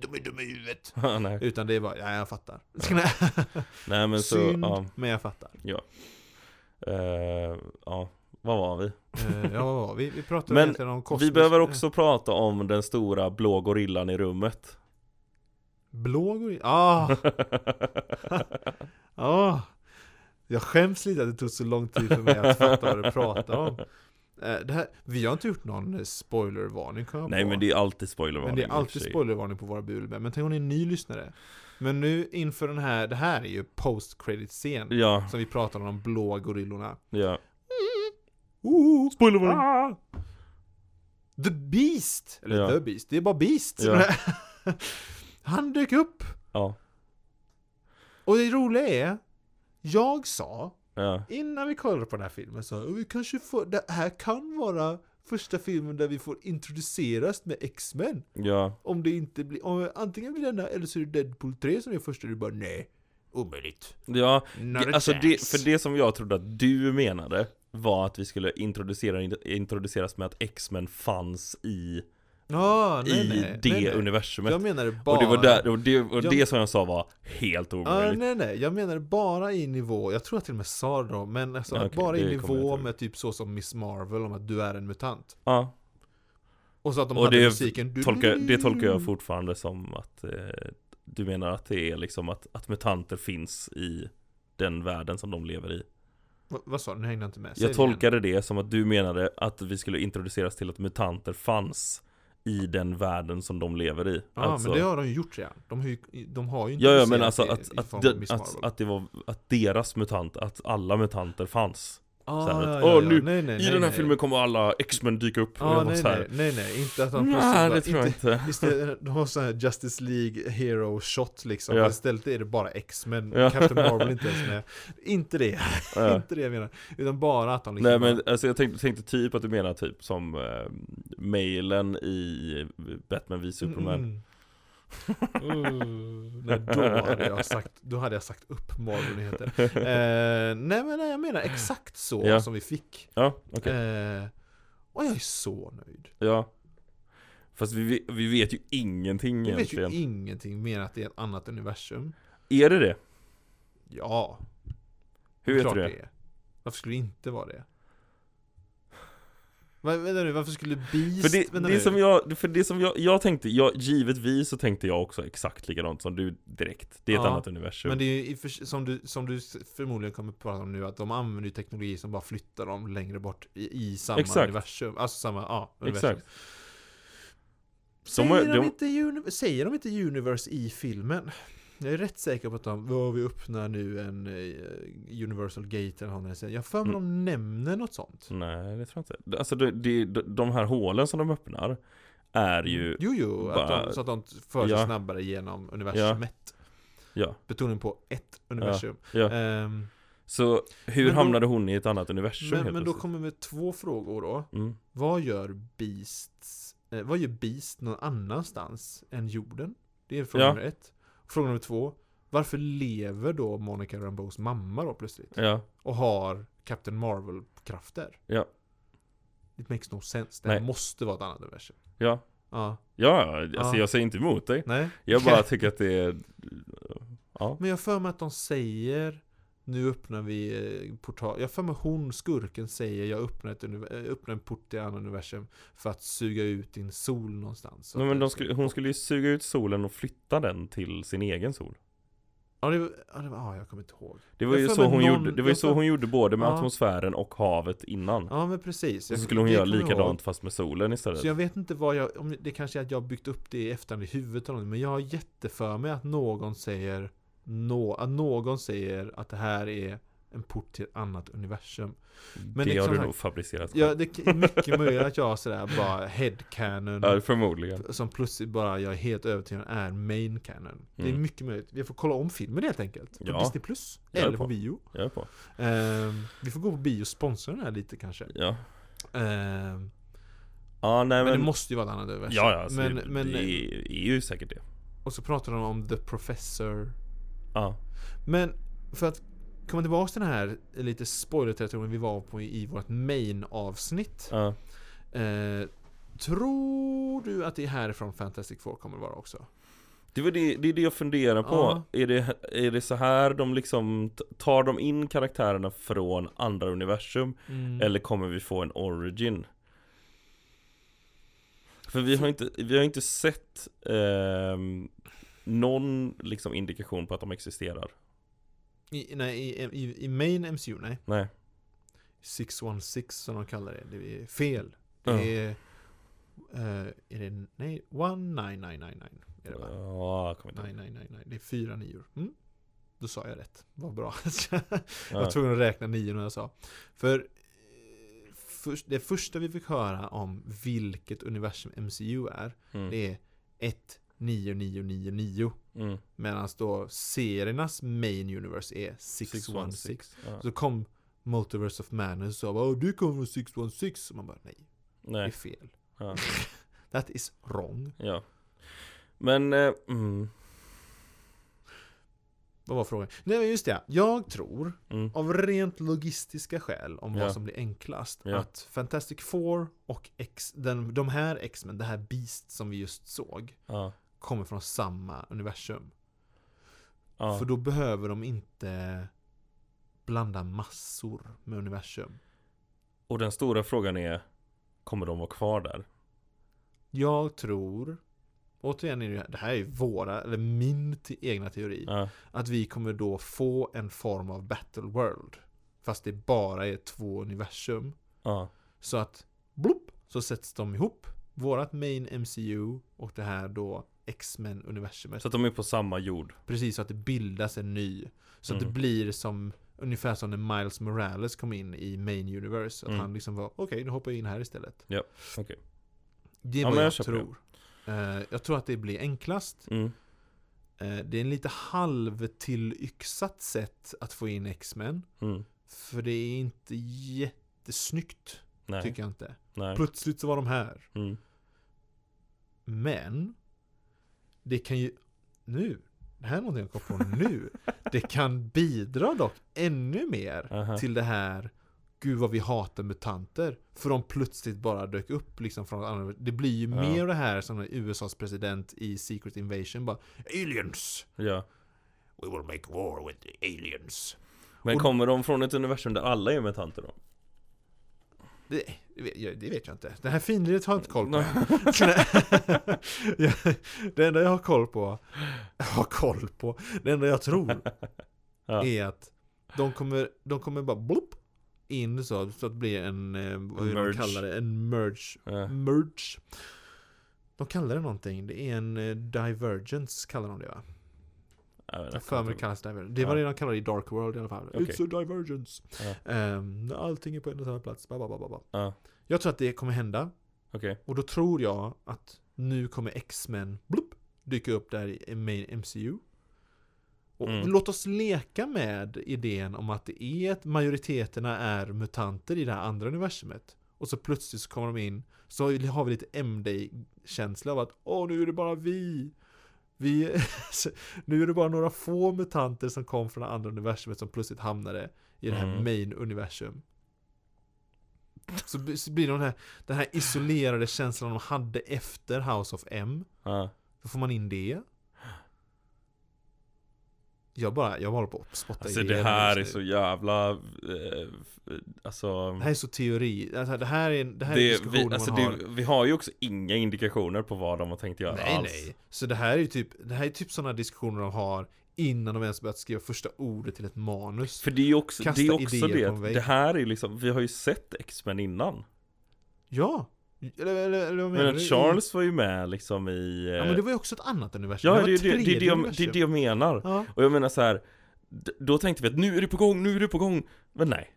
Speaker 2: dum är dum i huvudet.
Speaker 1: Nej. Nej.
Speaker 2: Utan det är bara, ja jag fattar.
Speaker 1: Nej men så,
Speaker 2: Synd,
Speaker 1: ja,
Speaker 2: men jag fattar.
Speaker 1: eh, ja, vad var vi?
Speaker 2: Eh, ja, vad var vi? Vi pratar
Speaker 1: Men
Speaker 2: egentligen om kosmisk...
Speaker 1: Vi behöver också prata om den stora blå gorillan i rummet.
Speaker 2: Blå gorilla? Ah, ah. Jag skäms lite att det tog så lång tid för mig att fatta vad du pratar om. Eh, Det här, vi har inte gjort någon eh, spoilervarning kan jag
Speaker 1: Nej
Speaker 2: på.
Speaker 1: men det är alltid spoilervarning.
Speaker 2: Men det är
Speaker 1: i och för
Speaker 2: alltid
Speaker 1: sig.
Speaker 2: spoilervarning på våra bulbär. Men tänk om ni är en ny lyssnare. Men nu inför den här, det här är ju post-credit-scen.
Speaker 1: Ja,
Speaker 2: Som vi pratade om, de blå gorillorna.
Speaker 1: ja.
Speaker 2: Ooh,
Speaker 1: Spoilervarning!
Speaker 2: ah! The Beast! Eller
Speaker 1: Ah. Ja.
Speaker 2: The Beast, det är bara Beast.
Speaker 1: Ja.
Speaker 2: Han dök upp!
Speaker 1: Ja,
Speaker 2: Och det roliga är, jag sa
Speaker 1: ja.
Speaker 2: innan vi kollade på den här filmen så vi kanske får, det här kan vara första filmen där vi får introduceras med X-Men.
Speaker 1: Ja,
Speaker 2: Om det inte blir, om, antingen blir det denna eller så är det Deadpool 3 som är första, du bara nej. Omöjligt.
Speaker 1: ja.
Speaker 2: Not
Speaker 1: Det,
Speaker 2: a
Speaker 1: alltså det,
Speaker 2: chance.
Speaker 1: för det som jag trodde att du menade var att vi skulle introducera, introduceras med att X-Men fanns i,
Speaker 2: Ah, nej,
Speaker 1: i
Speaker 2: nej,
Speaker 1: det
Speaker 2: nej, nej.
Speaker 1: universumet
Speaker 2: Jag menade bara...
Speaker 1: Och det var där, och det, och
Speaker 2: Jag-
Speaker 1: det som jag sa var helt
Speaker 2: Ah,
Speaker 1: omöjligt
Speaker 2: nej, nej, jag menar bara i nivå, jag tror jag till och med sa det då, men alltså,
Speaker 1: Ja, okej,
Speaker 2: bara i
Speaker 1: det kommer jag
Speaker 2: nivå
Speaker 1: inte
Speaker 2: med typ så som Miss Marvel om att du är en mutant.
Speaker 1: Ja,
Speaker 2: Och så att de
Speaker 1: och
Speaker 2: hade
Speaker 1: det
Speaker 2: musiken...
Speaker 1: tolkar, det tolkar jag fortfarande som att eh, du menar att det är liksom att, att mutanter finns i den världen som de lever i
Speaker 2: Va, vad sa du? Nu hängde jag inte med. Säg
Speaker 1: Jag
Speaker 2: det igen.
Speaker 1: tolkade det som att du menade att vi skulle introduceras till att mutanter fanns i den världen som de lever i
Speaker 2: Ja,
Speaker 1: Alltså-
Speaker 2: men det har de ju gjort redan. De har ju, de har ju inte
Speaker 1: Ja, ja men alltså
Speaker 2: baserat det
Speaker 1: att,
Speaker 2: i
Speaker 1: att,
Speaker 2: form av
Speaker 1: det,
Speaker 2: Miss
Speaker 1: att,
Speaker 2: Marvel.
Speaker 1: att det var, att deras mutant, att alla mutanter fanns
Speaker 2: Ah,
Speaker 1: Så här att,
Speaker 2: ja, ja,
Speaker 1: "Åh,
Speaker 2: ja.
Speaker 1: nu-
Speaker 2: nej, nej,
Speaker 1: I
Speaker 2: nej,
Speaker 1: den här
Speaker 2: nej.
Speaker 1: filmen kommer alla X-Men dyka upp och
Speaker 2: Ja,
Speaker 1: jag var
Speaker 2: nej,
Speaker 1: så
Speaker 2: nej,
Speaker 1: här,
Speaker 2: nej, nej, inte att han
Speaker 1: Nej, det tror jag
Speaker 2: inte.
Speaker 1: inte
Speaker 2: Istället, de har sån här Justice League Hero shot liksom,
Speaker 1: Ja.
Speaker 2: istället är det bara X-Men,
Speaker 1: Ja.
Speaker 2: Captain Marvel är inte ens med. Inte det,
Speaker 1: Ja.
Speaker 2: inte det jag menar. Utan bara att de liksom
Speaker 1: Nej men alltså jag tänkte, tänkte typ att du menar typ som eh, mailen i Batman v Superman
Speaker 2: Mm, mm. Uh, nej, då hade, jag sagt, då hade jag sagt upp Marvel-nyheter. Eh, nej men nej, jag menar exakt så
Speaker 1: Ja.
Speaker 2: som vi fick.
Speaker 1: Ja, okej,
Speaker 2: Eh, och jag är så nöjd.
Speaker 1: ja Fast vi, ve- vi vet ju ingenting
Speaker 2: Jag vet ju
Speaker 1: egentligen
Speaker 2: ingenting mer än att det är ett annat universum.
Speaker 1: Är det det?
Speaker 2: Ja,
Speaker 1: Hur vet
Speaker 2: klart
Speaker 1: du det?
Speaker 2: det är. Varför skulle det inte vara det? Va- Vänta nu, varför skulle Beast...
Speaker 1: För det,
Speaker 2: vänta
Speaker 1: det
Speaker 2: nu.
Speaker 1: som jag, för det som jag, jag tänkte, jag, givetvis så tänkte jag också exakt likadant som du direkt Det är ett
Speaker 2: Ja,
Speaker 1: annat universum
Speaker 2: Men det är ju i och för sig- som du, som du s- förmodligen kommer att prata om nu, att de använder ju teknologi som bara flyttar dem längre bort i, i samma
Speaker 1: Exakt.
Speaker 2: universum. Alltså samma, ja, universum.
Speaker 1: Exakt
Speaker 2: Säger,
Speaker 1: har-
Speaker 2: de,
Speaker 1: de-
Speaker 2: Inte uni- säger de inte universe i filmen? Jag är rätt säker på att de, "Åh, vi öppnar nu en eh, Universal Gate eller vad det är. Jag har för mig
Speaker 1: Mm.
Speaker 2: de nämner något sånt.
Speaker 1: Nej det tror jag inte Alltså det, det, de här hålen som de öppnar Är ju,
Speaker 2: Mm. Jo, jo, att
Speaker 1: bara-
Speaker 2: de, så att de för sig
Speaker 1: Ja.
Speaker 2: snabbare genom universumet.
Speaker 1: ja,
Speaker 2: Betoning på ett universum.
Speaker 1: ja
Speaker 2: Ehm,
Speaker 1: Så hur
Speaker 2: Men då-
Speaker 1: hamnade hon i ett annat universum
Speaker 2: men,
Speaker 1: helt
Speaker 2: men då
Speaker 1: plötsligt?
Speaker 2: kommer vi två frågor då.
Speaker 1: mm.
Speaker 2: Vad gör Beasts, eh, vad gör Beast någon annanstans än jorden? Det är fråga
Speaker 1: Ja.
Speaker 2: nummer ett. Fråga nummer två. Varför lever då Monica Rambeaus mamma då plötsligt?
Speaker 1: Ja,
Speaker 2: Och har Captain Marvel-krafter?
Speaker 1: Ja.
Speaker 2: It makes no sense. Det här
Speaker 1: Nej. måste
Speaker 2: måste vara ett annat universum.
Speaker 1: ja
Speaker 2: Ja,
Speaker 1: Ja, alltså
Speaker 2: Ja.
Speaker 1: jag säger inte emot dig
Speaker 2: nej.
Speaker 1: Jag bara tycker att det är Ja,
Speaker 2: Men jag har för mig att de säger Nu öppnar vi eh, portal Jag har för mig hon, skurken, säger Jag öppnar, ett univ- eh, öppnar en port till ett annat universum För att suga ut din sol någonstans Så
Speaker 1: men,
Speaker 2: att
Speaker 1: men
Speaker 2: det-
Speaker 1: de skulle, hon skulle ju suga ut solen och flytta den till sin egen sol
Speaker 2: Ja, det var, ja, det var, ja jag kommer inte ihåg.
Speaker 1: Det var
Speaker 2: Jag
Speaker 1: ju
Speaker 2: för
Speaker 1: så
Speaker 2: mig
Speaker 1: hon
Speaker 2: någon-
Speaker 1: gjorde, det var ju
Speaker 2: jag
Speaker 1: så
Speaker 2: för-
Speaker 1: hon gjorde både med
Speaker 2: Ja.
Speaker 1: atmosfären och havet innan
Speaker 2: Ja, men precis.
Speaker 1: Och
Speaker 2: Jag-
Speaker 1: så skulle hon
Speaker 2: det
Speaker 1: göra
Speaker 2: kommer jag
Speaker 1: likadant fast med solen
Speaker 2: ihåg.
Speaker 1: istället
Speaker 2: Så jag vet inte vad jag, om det kanske är att jag har byggt upp det i efterhand i huvudet eller något, men jag har jätteför mig att någon säger nå, att någon säger att det här är en port till ett annat universum.
Speaker 1: Det
Speaker 2: men liksom
Speaker 1: har du
Speaker 2: här-
Speaker 1: nog fabricerat själv.
Speaker 2: Ja, det är mycket möjligt att jag sådär bara headcanon
Speaker 1: Ja, förmodligen
Speaker 2: som plötsligt bara jag är helt övertygad är main canon. Det är
Speaker 1: Mm.
Speaker 2: mycket möjligt. Vi får kolla om filmen helt enkelt. På
Speaker 1: Ja.
Speaker 2: Disney Plus.
Speaker 1: Jag är
Speaker 2: Eller på
Speaker 1: på.
Speaker 2: bio.
Speaker 1: Jag är på
Speaker 2: Ehm, vi får gå på bio och sponsra den här lite kanske.
Speaker 1: Ja,
Speaker 2: Ehm,
Speaker 1: ja nej
Speaker 2: Men,
Speaker 1: men,
Speaker 2: det måste ju vara ett annat universum.
Speaker 1: Ja, ja, alltså,
Speaker 2: men,
Speaker 1: det,
Speaker 2: men,
Speaker 1: det är, är ju säkert det
Speaker 2: Och så pratar de om The Professor.
Speaker 1: Ja,
Speaker 2: Men för att komma tillbaka till den här lite spoilerterritorium vi var på i, i vårt main-avsnitt.
Speaker 1: ja
Speaker 2: Eh, tror du att det är härifrån Fantastic Four kommer vara också?
Speaker 1: Det var det, det är det jag funderar på.
Speaker 2: Ja.
Speaker 1: Är, det, är det så här de liksom t- Tar de in karaktärerna från andra universum?
Speaker 2: Mm.
Speaker 1: Eller kommer vi få en origin? För vi har inte, vi har inte sett ehm, Någon liksom indikation på att de existerar
Speaker 2: I, nej, i, i, i main MCU, nej.
Speaker 1: Nej
Speaker 2: 616 som de kallar det. Det är fel. Det
Speaker 1: Ja.
Speaker 2: är... Eh, är det... Nej, 19999 är det va?
Speaker 1: Ja, jag kommer inte
Speaker 2: Nej,
Speaker 1: ihåg.
Speaker 2: nej, nej, nej. Det är fyra nior. Mm. Då sa jag rätt. Vad bra. jag
Speaker 1: Ja.
Speaker 2: var tvungen att räkna nior när jag sa. För eh, först- det första vi fick höra om vilket universum MCU är,
Speaker 1: Mm.
Speaker 2: det är 1, 9, 9, 9, 9.
Speaker 1: Mm.
Speaker 2: Medan då seriernas main universe är 616.
Speaker 1: 616. Ja.
Speaker 2: Så kom Multiverse of Madness och sa bara, "Åh, du kommer från 616. Och man bara nej, det är
Speaker 1: Nej,
Speaker 2: fel.
Speaker 1: ja.
Speaker 2: That is wrong.
Speaker 1: ja. Men, eh, mm,
Speaker 2: Vad var frågan? Nej men just det, jag tror
Speaker 1: mm,
Speaker 2: Av rent logistiska skäl om
Speaker 1: Ja.
Speaker 2: vad som blir enklast.
Speaker 1: Ja.
Speaker 2: Att Fantastic Four och X, den, de här X-Men, det här Beast som vi just såg,
Speaker 1: ja,
Speaker 2: kommer från samma universum.
Speaker 1: ja.
Speaker 2: För då behöver de inte blanda massor med universum.
Speaker 1: Och den stora frågan är Kommer de vara kvar där?
Speaker 2: Jag tror, återigen, är det, ju- det här är ju våra, eller min te- egna teori,
Speaker 1: Ja,
Speaker 2: att vi kommer då få en form av Battle World. Fast det bara är två universum.
Speaker 1: ja.
Speaker 2: Så att blopp, så sätts de ihop. Vårat main MCU och det här då X-Men-universumet.
Speaker 1: Så att de är på samma jord
Speaker 2: Precis så att det bildas en ny. Så att
Speaker 1: Mm.
Speaker 2: det blir som Ungefär som när Miles Morales kom in i Main Universe. Att
Speaker 1: Mm.
Speaker 2: han liksom var, okej nu hoppar jag in här istället.
Speaker 1: Ja, okej.
Speaker 2: Det
Speaker 1: Ja,
Speaker 2: är vad
Speaker 1: men jag
Speaker 2: jag,
Speaker 1: köper
Speaker 2: tror. Eh, jag tror att det blir enklast.
Speaker 1: Mm.
Speaker 2: Eh, det är en lite halvtillyxat sätt att få in X-Men.
Speaker 1: Mm.
Speaker 2: För det är inte jättesnyggt,
Speaker 1: Nej.
Speaker 2: tycker jag inte.
Speaker 1: Nej.
Speaker 2: Plötsligt så var de här.
Speaker 1: Mm.
Speaker 2: Men det kan ju nu, det här är någonting jag kom på nu. Det kan bidra dock ännu mer
Speaker 1: Aha.
Speaker 2: till det här Gud vad vi hatar mutanter. För de plötsligt bara dök upp liksom från andra. Det blir ju
Speaker 1: Ja.
Speaker 2: mer det här som USAs president i Secret Invasion bara Aliens!
Speaker 1: Ja.
Speaker 2: We will make war with the aliens.
Speaker 1: Men
Speaker 2: Och-
Speaker 1: kommer de från ett universum där alla är mutanter då?
Speaker 2: Det, det, vet, jag, det vet jag inte. Det här finliret har jag inte koll på. Nej. Jag- det enda jag har koll på, har koll på, det enda jag tror
Speaker 1: Ja.
Speaker 2: är att de kommer, de kommer bara blopp in så, så att det blir en, eh, vad är det de
Speaker 1: Merge.
Speaker 2: kallar det, en merge.
Speaker 1: Ja.
Speaker 2: Merge. De kallar det någonting, det är en eh, divergence kallar de det va?
Speaker 1: Jag vet
Speaker 2: Jag
Speaker 1: inte.
Speaker 2: för mig det kallas divergence. Det var
Speaker 1: Ja.
Speaker 2: det de kallade i Dark World i alla fall.
Speaker 1: Okej.
Speaker 2: It's a divergence.
Speaker 1: Ja.
Speaker 2: Ehm, allting är på en och samma plats. Ba, ba, ba, ba, ba.
Speaker 1: Ja.
Speaker 2: Jag tror att det kommer hända.
Speaker 1: Okej.
Speaker 2: Och då tror jag att nu kommer X-Men blup, dyka upp där i main MCU. Och
Speaker 1: Mm.
Speaker 2: låt oss leka med idén om att det är att majoriteterna är mutanter i det här andra universumet. Och så plötsligt så kommer de in, så har vi lite MD-känsla av att åh nu är det bara vi. vi nu är det bara några få mutanter som kom från det andra universumet som plötsligt hamnade i det här
Speaker 1: Mm.
Speaker 2: main-universum. Så, b- så blir det den här, den här isolerade känslan de hade efter House of M.
Speaker 1: Ja.
Speaker 2: Då får man in det. Jag bara, jag håller på att spotta
Speaker 1: Alltså det
Speaker 2: idéer
Speaker 1: här är
Speaker 2: just
Speaker 1: så
Speaker 2: nu.
Speaker 1: jävla, eh, f- alltså
Speaker 2: Det här är så teori. Alltså, det här är, det här är
Speaker 1: det,
Speaker 2: diskussioner
Speaker 1: vi, alltså
Speaker 2: man har.
Speaker 1: det, vi har ju också inga indikationer på vad de har tänkt göra
Speaker 2: nej,
Speaker 1: alls
Speaker 2: nej. Så det här är ju typ, det här är typ sådana diskussioner de har innan de ens börjat skriva första ordet till ett manus.
Speaker 1: För det är ju också
Speaker 2: Kasta
Speaker 1: det, är också
Speaker 2: idéer på
Speaker 1: det,
Speaker 2: en vägg.
Speaker 1: att det här är liksom, vi har ju sett X-Men innan
Speaker 2: Ja! Eller, eller, eller vad menar
Speaker 1: Men
Speaker 2: du?
Speaker 1: att Charles var ju med liksom i eh,
Speaker 2: Ja men det var ju också ett annat universum.
Speaker 1: Ja,
Speaker 2: var
Speaker 1: det, är
Speaker 2: ett
Speaker 1: det, det, är det,
Speaker 2: tredje
Speaker 1: jag, det är det jag menar
Speaker 2: Ja.
Speaker 1: Och jag menar så här. d- Då tänkte vi att nu är det på gång, nu är det på gång Men nej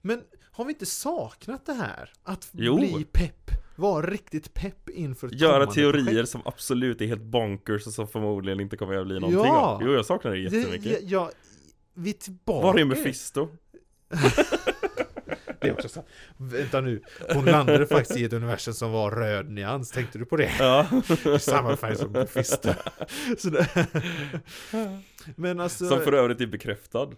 Speaker 2: Men har vi inte saknat det här? Att
Speaker 1: Jo.
Speaker 2: bli pepp. Vara riktigt pepp inför ett
Speaker 1: Göra
Speaker 2: kommande
Speaker 1: teorier
Speaker 2: projekt.
Speaker 1: som absolut är helt bonkers och som förmodligen inte kommer att bli någonting
Speaker 2: Ja.
Speaker 1: av Jo jag saknar det
Speaker 2: Det- Ja,
Speaker 1: jättemycket
Speaker 2: ja, vi är tillbaka.
Speaker 1: Var är Mephisto?
Speaker 2: Det är också sant. Vänta nu. Hon landade faktiskt i ett universum som var röd nyans. Tänkte du på det?
Speaker 1: Ja
Speaker 2: I samma färg som Mephisto. Så det- Men alltså...
Speaker 1: Som för övrigt är bekräftad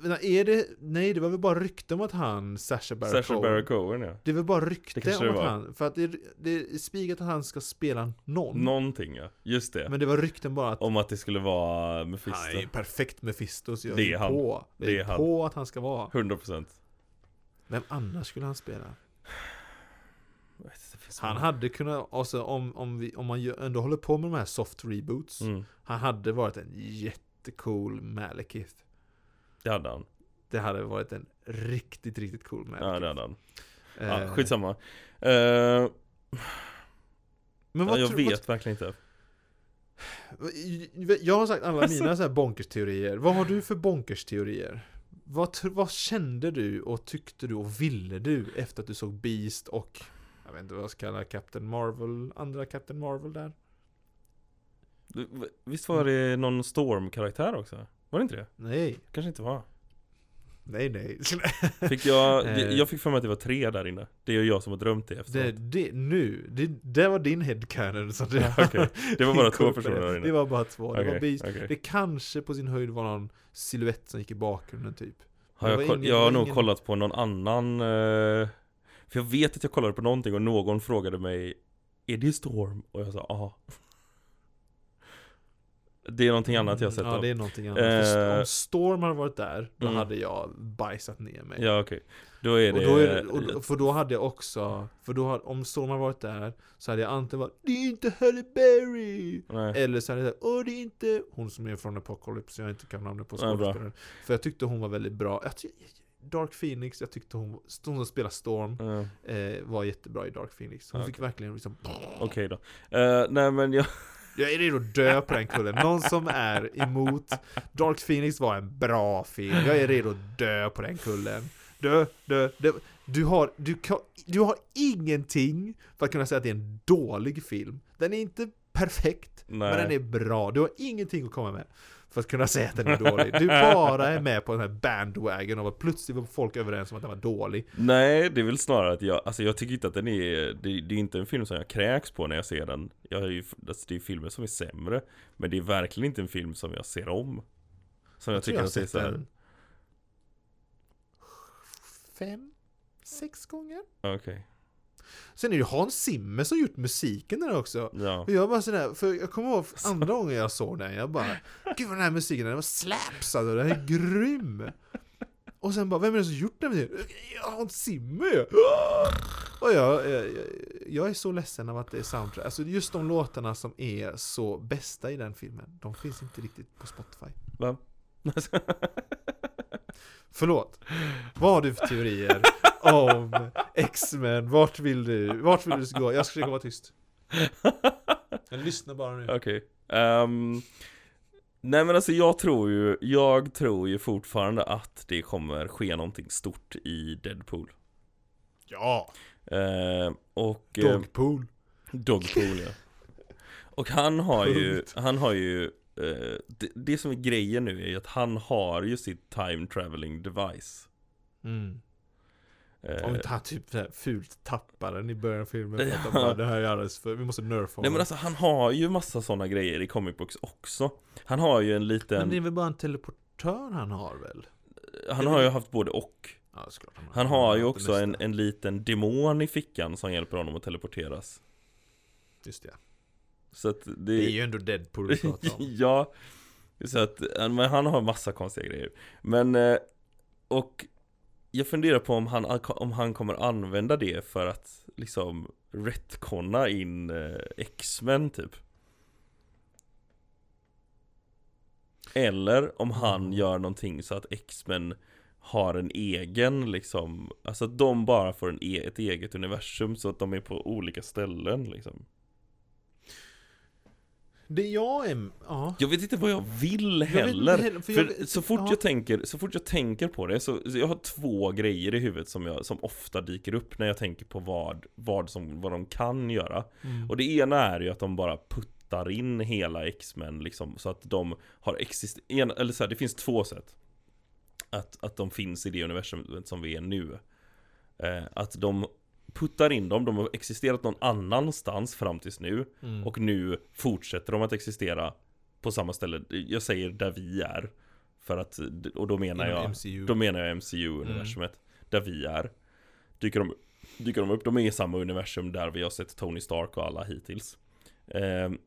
Speaker 2: vänta, Är det... Nej, det var väl bara rykten om att han, Sasha Baron
Speaker 1: Sasha
Speaker 2: Cohen-
Speaker 1: Baron Cohen ja
Speaker 2: Det är väl bara
Speaker 1: Det
Speaker 2: rykte
Speaker 1: kanske
Speaker 2: om
Speaker 1: det
Speaker 2: att
Speaker 1: var.
Speaker 2: han... För att det, det är spikat att han ska spela någon.
Speaker 1: Någonting ja, just det
Speaker 2: Men det var rykten bara att
Speaker 1: Om att det skulle vara
Speaker 2: han är ju
Speaker 1: Mephisto
Speaker 2: perfekt Mephisto. Så jag
Speaker 1: Det är
Speaker 2: är
Speaker 1: han.
Speaker 2: på. Det är,
Speaker 1: Det är han.
Speaker 2: på att han ska vara.
Speaker 1: 100%
Speaker 2: Vem annars skulle han spela?
Speaker 1: Jag vet inte, det finns
Speaker 2: Han
Speaker 1: många.
Speaker 2: hade kunnat, alltså om, om, vi, om man gör, ändå håller på med de här soft reboots.
Speaker 1: mm,
Speaker 2: Han hade varit en jättecool Malekith.
Speaker 1: Det hade han,
Speaker 2: Det hade varit en riktigt, riktigt cool Malekith.
Speaker 1: ja det hade han
Speaker 2: Eh,
Speaker 1: ja, Skitsamma Eh,
Speaker 2: Men
Speaker 1: ja,
Speaker 2: vad
Speaker 1: Jag
Speaker 2: tror-
Speaker 1: vet verkligen inte
Speaker 2: Vad, jag har sagt alla
Speaker 1: Alltså-
Speaker 2: mina så här bonkersteorier. Vad har du för bonkersteorier? Vad, tr- vad kände du och tyckte du och ville du efter att du såg Beast och jag vet inte vad jag ska kalla Captain Marvel, andra Captain Marvel där?
Speaker 1: Du- Visst var det någon Storm-karaktär också? Var det inte det?
Speaker 2: Nej,
Speaker 1: Kanske inte var
Speaker 2: nej, nej.
Speaker 1: Fick jag,
Speaker 2: Eh.
Speaker 1: jag fick för mig att det var tre där inne Det är ju jag som har drömt det
Speaker 2: Det,
Speaker 1: efteråt
Speaker 2: det, nu, det, det var din headcanon som det
Speaker 1: Okej, det var bara två personer där
Speaker 2: Det
Speaker 1: inne
Speaker 2: var bara två, det var
Speaker 1: Okej,
Speaker 2: Beast.
Speaker 1: okej.
Speaker 2: Det kanske på sin höjd var någon silhuett som gick i bakgrunden typ.
Speaker 1: Har
Speaker 2: det
Speaker 1: jag,
Speaker 2: var
Speaker 1: koll-
Speaker 2: ingen-
Speaker 1: jag har
Speaker 2: det var
Speaker 1: nog
Speaker 2: ingen-
Speaker 1: kollat på någon annan eh, För jag vet att jag kollade på någonting och någon frågade mig Är det Storm? Och jag sa ja Det är någonting annat jag har sett
Speaker 2: Mm, Ja,
Speaker 1: av.
Speaker 2: det är någonting annat. För
Speaker 1: Eh.
Speaker 2: Om Storm hade varit där, då
Speaker 1: Mm.
Speaker 2: hade jag bajsat ner mig.
Speaker 1: Ja okej, då är det...
Speaker 2: och då är det, och, då- för då hade jag också, för då hade, om Storm hade varit där, så hade jag antingen varit Det är inte Halle Berry!
Speaker 1: Nej.
Speaker 2: Eller så hade jag sagt Åh det är inte hon som är från Apocalypse, jag inte kan namnet på
Speaker 1: Ja, bra.
Speaker 2: skådespelaren. för jag tyckte hon var väldigt bra. Jag ty- Dark Phoenix, jag tyckte hon, hon som spelar Storm,
Speaker 1: Ja,
Speaker 2: eh, var jättebra i Dark Phoenix. Hon
Speaker 1: Ja,
Speaker 2: fick verkligen liksom
Speaker 1: Okej då. Eh, nej men jag...
Speaker 2: Jag är redo att dö på den kullen. Någon som är emot Dark Phoenix var en bra film. Jag är redo att dö på den kullen. Dö, dö, dö. Du har, du, kan, du har ingenting för att kunna säga att det är en dålig film. Den är inte perfekt,
Speaker 1: Nej.
Speaker 2: men den är bra. Du har ingenting att komma med för att kunna säga att den är dålig. Du bara är med på den här bandwagon av att plötsligt var folk överens om att den var dålig.
Speaker 1: Nej, det är väl snarare att jag, alltså jag tycker inte att den är, det, det är inte en film som jag kräks på när jag ser den. Jag är ju, alltså det är filmer som är sämre, men det är verkligen inte en film som jag ser om. Som jag,
Speaker 2: tror
Speaker 1: tycker att det är
Speaker 2: sett
Speaker 1: så här,
Speaker 2: den Fem, sex gånger?
Speaker 1: okej,
Speaker 2: Sen är det ju Hans Zimmer som gjort musiken där också.
Speaker 1: ja.
Speaker 2: Och jag bara sådär, för jag kommer ihåg andra gången jag såg den, jag bara Gud vad den här musiken, den var slaps alltså, den är grym! Och sen bara, vem är det som gjort den här musiken? "Ja, Hans Zimmer ju! Och jag, jag, jag är så ledsen av att det är soundtrack, alltså just de låtarna som är så bästa i den filmen, de finns inte riktigt på Spotify.
Speaker 1: Va?
Speaker 2: Förlåt. Vad har du för teorier om X-Men? Vart vill du? Vart vill du gå? Jag ska försöka vara tyst. Jag lyssnar bara nu.
Speaker 1: Okej. Ehm, nej men alltså jag tror ju, jag tror ju fortfarande att det kommer ske någonting stort i Deadpool.
Speaker 2: Ja!
Speaker 1: Ehm, och... eh,
Speaker 2: Dogpool.
Speaker 1: Dogpool ja. Och han har ju,
Speaker 2: Punkt.
Speaker 1: han har ju eh, det, det som är grejen nu är ju att han har ju sitt time traveling device
Speaker 2: Mm.
Speaker 1: Eh,
Speaker 2: Om inte han typ så här fult tappar den i början av filmen.
Speaker 1: Ja.
Speaker 2: för att han bara, Det här är alldeles för... Vi måste nerfa
Speaker 1: Nej men
Speaker 2: honom."
Speaker 1: alltså han har ju massa sådana grejer i comic books också Han har ju en liten,
Speaker 2: men det är väl bara en teleportör han har väl?
Speaker 1: han har ju haft både och
Speaker 2: Ja, såklart. Han har,
Speaker 1: Han har ju
Speaker 2: Det
Speaker 1: också
Speaker 2: mesta.
Speaker 1: en, en liten demon i fickan som hjälper honom att teleporteras
Speaker 2: Just det.
Speaker 1: Så att det,
Speaker 2: Det är ju ändå Deadpool vi pratar om.
Speaker 1: ja, så att, men han har massa konstiga grejer. Men, eh, och jag funderar på om han, om han kommer använda det för att liksom retconna in eh, X-Men typ. Eller om
Speaker 2: Mm.
Speaker 1: han gör någonting så att X-Men har en egen liksom, alltså att de bara får en e- ett eget universum så att de är på olika ställen liksom.
Speaker 2: Det jag är... Ja.
Speaker 1: Jag vet inte vad jag vill
Speaker 2: vet inte
Speaker 1: heller.
Speaker 2: heller,
Speaker 1: för
Speaker 2: för jag vet-
Speaker 1: så, fort
Speaker 2: ja.
Speaker 1: jag tänker, så fort jag tänker på det, så, så jag har två grejer i huvudet som, jag, som ofta dyker upp när jag tänker på vad, vad, som, vad de kan göra.
Speaker 2: Mm.
Speaker 1: Och det ena är ju att de bara puttar in hela X-Men liksom, så att de har existerat, eller så här, det finns två sätt. Att, att de finns i det universumet som vi är nu. Eh, att de puttar in dem, de har existerat någon annanstans fram tills nu.
Speaker 2: Mm.
Speaker 1: Och nu fortsätter de att existera på samma ställe. Jag säger där vi är. För att, och då menar
Speaker 2: Inom
Speaker 1: jag
Speaker 2: MCU.
Speaker 1: Då menar jag MCU-universumet. Där vi är. Dyker de, dyker de upp, de är i samma universum där vi har sett Tony Stark och alla hittills. Ehm,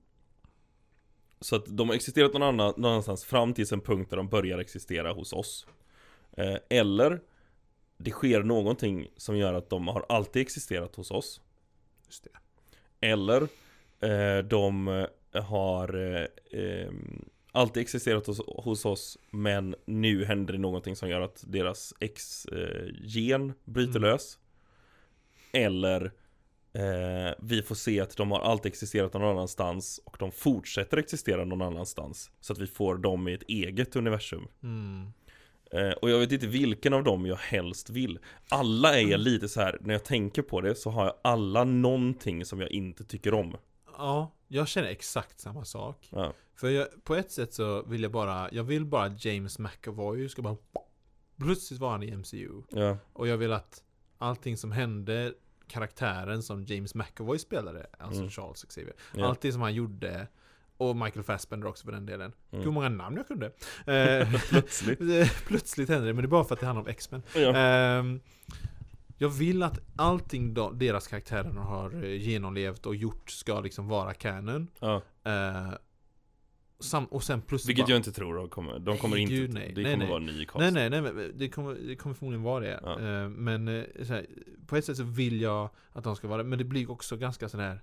Speaker 1: så att de har existerat någon annan, någonstans fram tills en punkt där de börjar existera hos oss. Eh, eller det sker någonting som gör att de har alltid existerat hos oss.
Speaker 2: Just det.
Speaker 1: Eller eh, de eh, har eh, ehm, alltid existerat hos, hos oss Men nu händer det någonting som gör att deras X-gen bryter
Speaker 2: Mm.
Speaker 1: lös Eller eh, vi får se att de har alltid existerat någon annanstans Och de fortsätter existera någon annanstans Så att vi får dem i ett eget universum
Speaker 2: Mm.
Speaker 1: Eh, och jag vet inte vilken av dem jag helst vill. Alla är lite så här, när jag tänker på det så har jag alla någonting som jag inte tycker om.
Speaker 2: Ja, jag känner exakt samma sak.
Speaker 1: Ja.
Speaker 2: För jag, på ett sätt så vill jag bara, jag vill bara att James McAvoy ska bara plötsligt vara han i MCU.
Speaker 1: Ja,
Speaker 2: Och jag vill att allting som hände, karaktären som James McAvoy spelade, alltså
Speaker 1: Mm.
Speaker 2: Charles Xavier,
Speaker 1: Ja.
Speaker 2: allting som han gjorde, och Michael Fassbender också för den delen.
Speaker 1: Mm.
Speaker 2: Gud hur många namn jag kunde. Eh,
Speaker 1: plötsligt. Eh,
Speaker 2: plötsligt hände det, men det är bara för att det handlar om X-Men.
Speaker 1: Ja.
Speaker 2: Ehm, jag vill att allting de, deras karaktärer har eh, genomlevt och gjort ska liksom vara canon.
Speaker 1: Ja.
Speaker 2: Eh, sam, och sen plus
Speaker 1: Vilket
Speaker 2: bara,
Speaker 1: jag inte tror de kommer, de kommer
Speaker 2: Nej,
Speaker 1: inte,
Speaker 2: gud, nej.
Speaker 1: det
Speaker 2: Nej,
Speaker 1: kommer
Speaker 2: nej.
Speaker 1: vara en ny cast.
Speaker 2: Nej nej nej, men det kommer, det kommer förmodligen vara det.
Speaker 1: Ja.
Speaker 2: Eh, men eh, så här, på ett sätt så vill jag att de ska vara det, men det blir också ganska sån här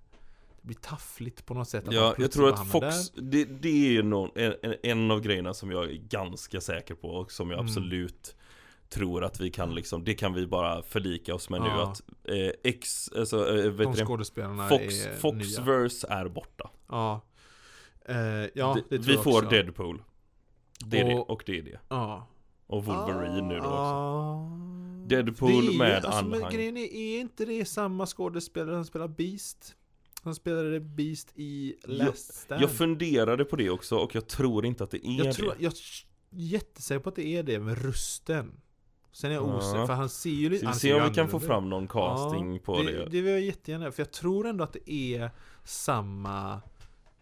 Speaker 2: Det blir taffligt på något sätt. att de
Speaker 1: Ja, jag
Speaker 2: plötsligt
Speaker 1: tror
Speaker 2: bara
Speaker 1: att
Speaker 2: hamnar
Speaker 1: Fox, det, det är ju någon, en, en- en av grejerna som jag är ganska säker på och som jag
Speaker 2: Mm.
Speaker 1: absolut tror att vi kan liksom, det kan vi bara förlika oss med nu
Speaker 2: Ja.
Speaker 1: att eh, X, alltså eh,
Speaker 2: där.
Speaker 1: vet
Speaker 2: De
Speaker 1: du det?
Speaker 2: skådespelarna
Speaker 1: Fox,
Speaker 2: är nya.
Speaker 1: Foxverse är borta.
Speaker 2: Ja. Eh, ja,
Speaker 1: D-
Speaker 2: det, tror
Speaker 1: vi
Speaker 2: jag
Speaker 1: får
Speaker 2: också.
Speaker 1: Deadpool. Det är det,
Speaker 2: Och-
Speaker 1: och det är det.
Speaker 2: Ja.
Speaker 1: Och Wolverine nu då också.
Speaker 2: Ah.
Speaker 1: Deadpool
Speaker 2: Det är-
Speaker 1: med
Speaker 2: alltså, Men
Speaker 1: anhang.
Speaker 2: grejen är, är inte det samma skådespelare som spelar Beast? Han spelade Beast i Last Stand.
Speaker 1: Jag funderade på det också och jag tror inte att det är
Speaker 2: jag, tror,
Speaker 1: det.
Speaker 2: jag är jättesäker på att det är det med rösten. Sen är jag
Speaker 1: Ja.
Speaker 2: osäker, för han ser ju lite...
Speaker 1: Ska vi
Speaker 2: han
Speaker 1: se
Speaker 2: ser ju
Speaker 1: om vi kan få
Speaker 2: annorlunda ut.
Speaker 1: fram någon casting
Speaker 2: Ja,
Speaker 1: på det.
Speaker 2: det. vill jag jättegärna, för jag tror ändå att det är samma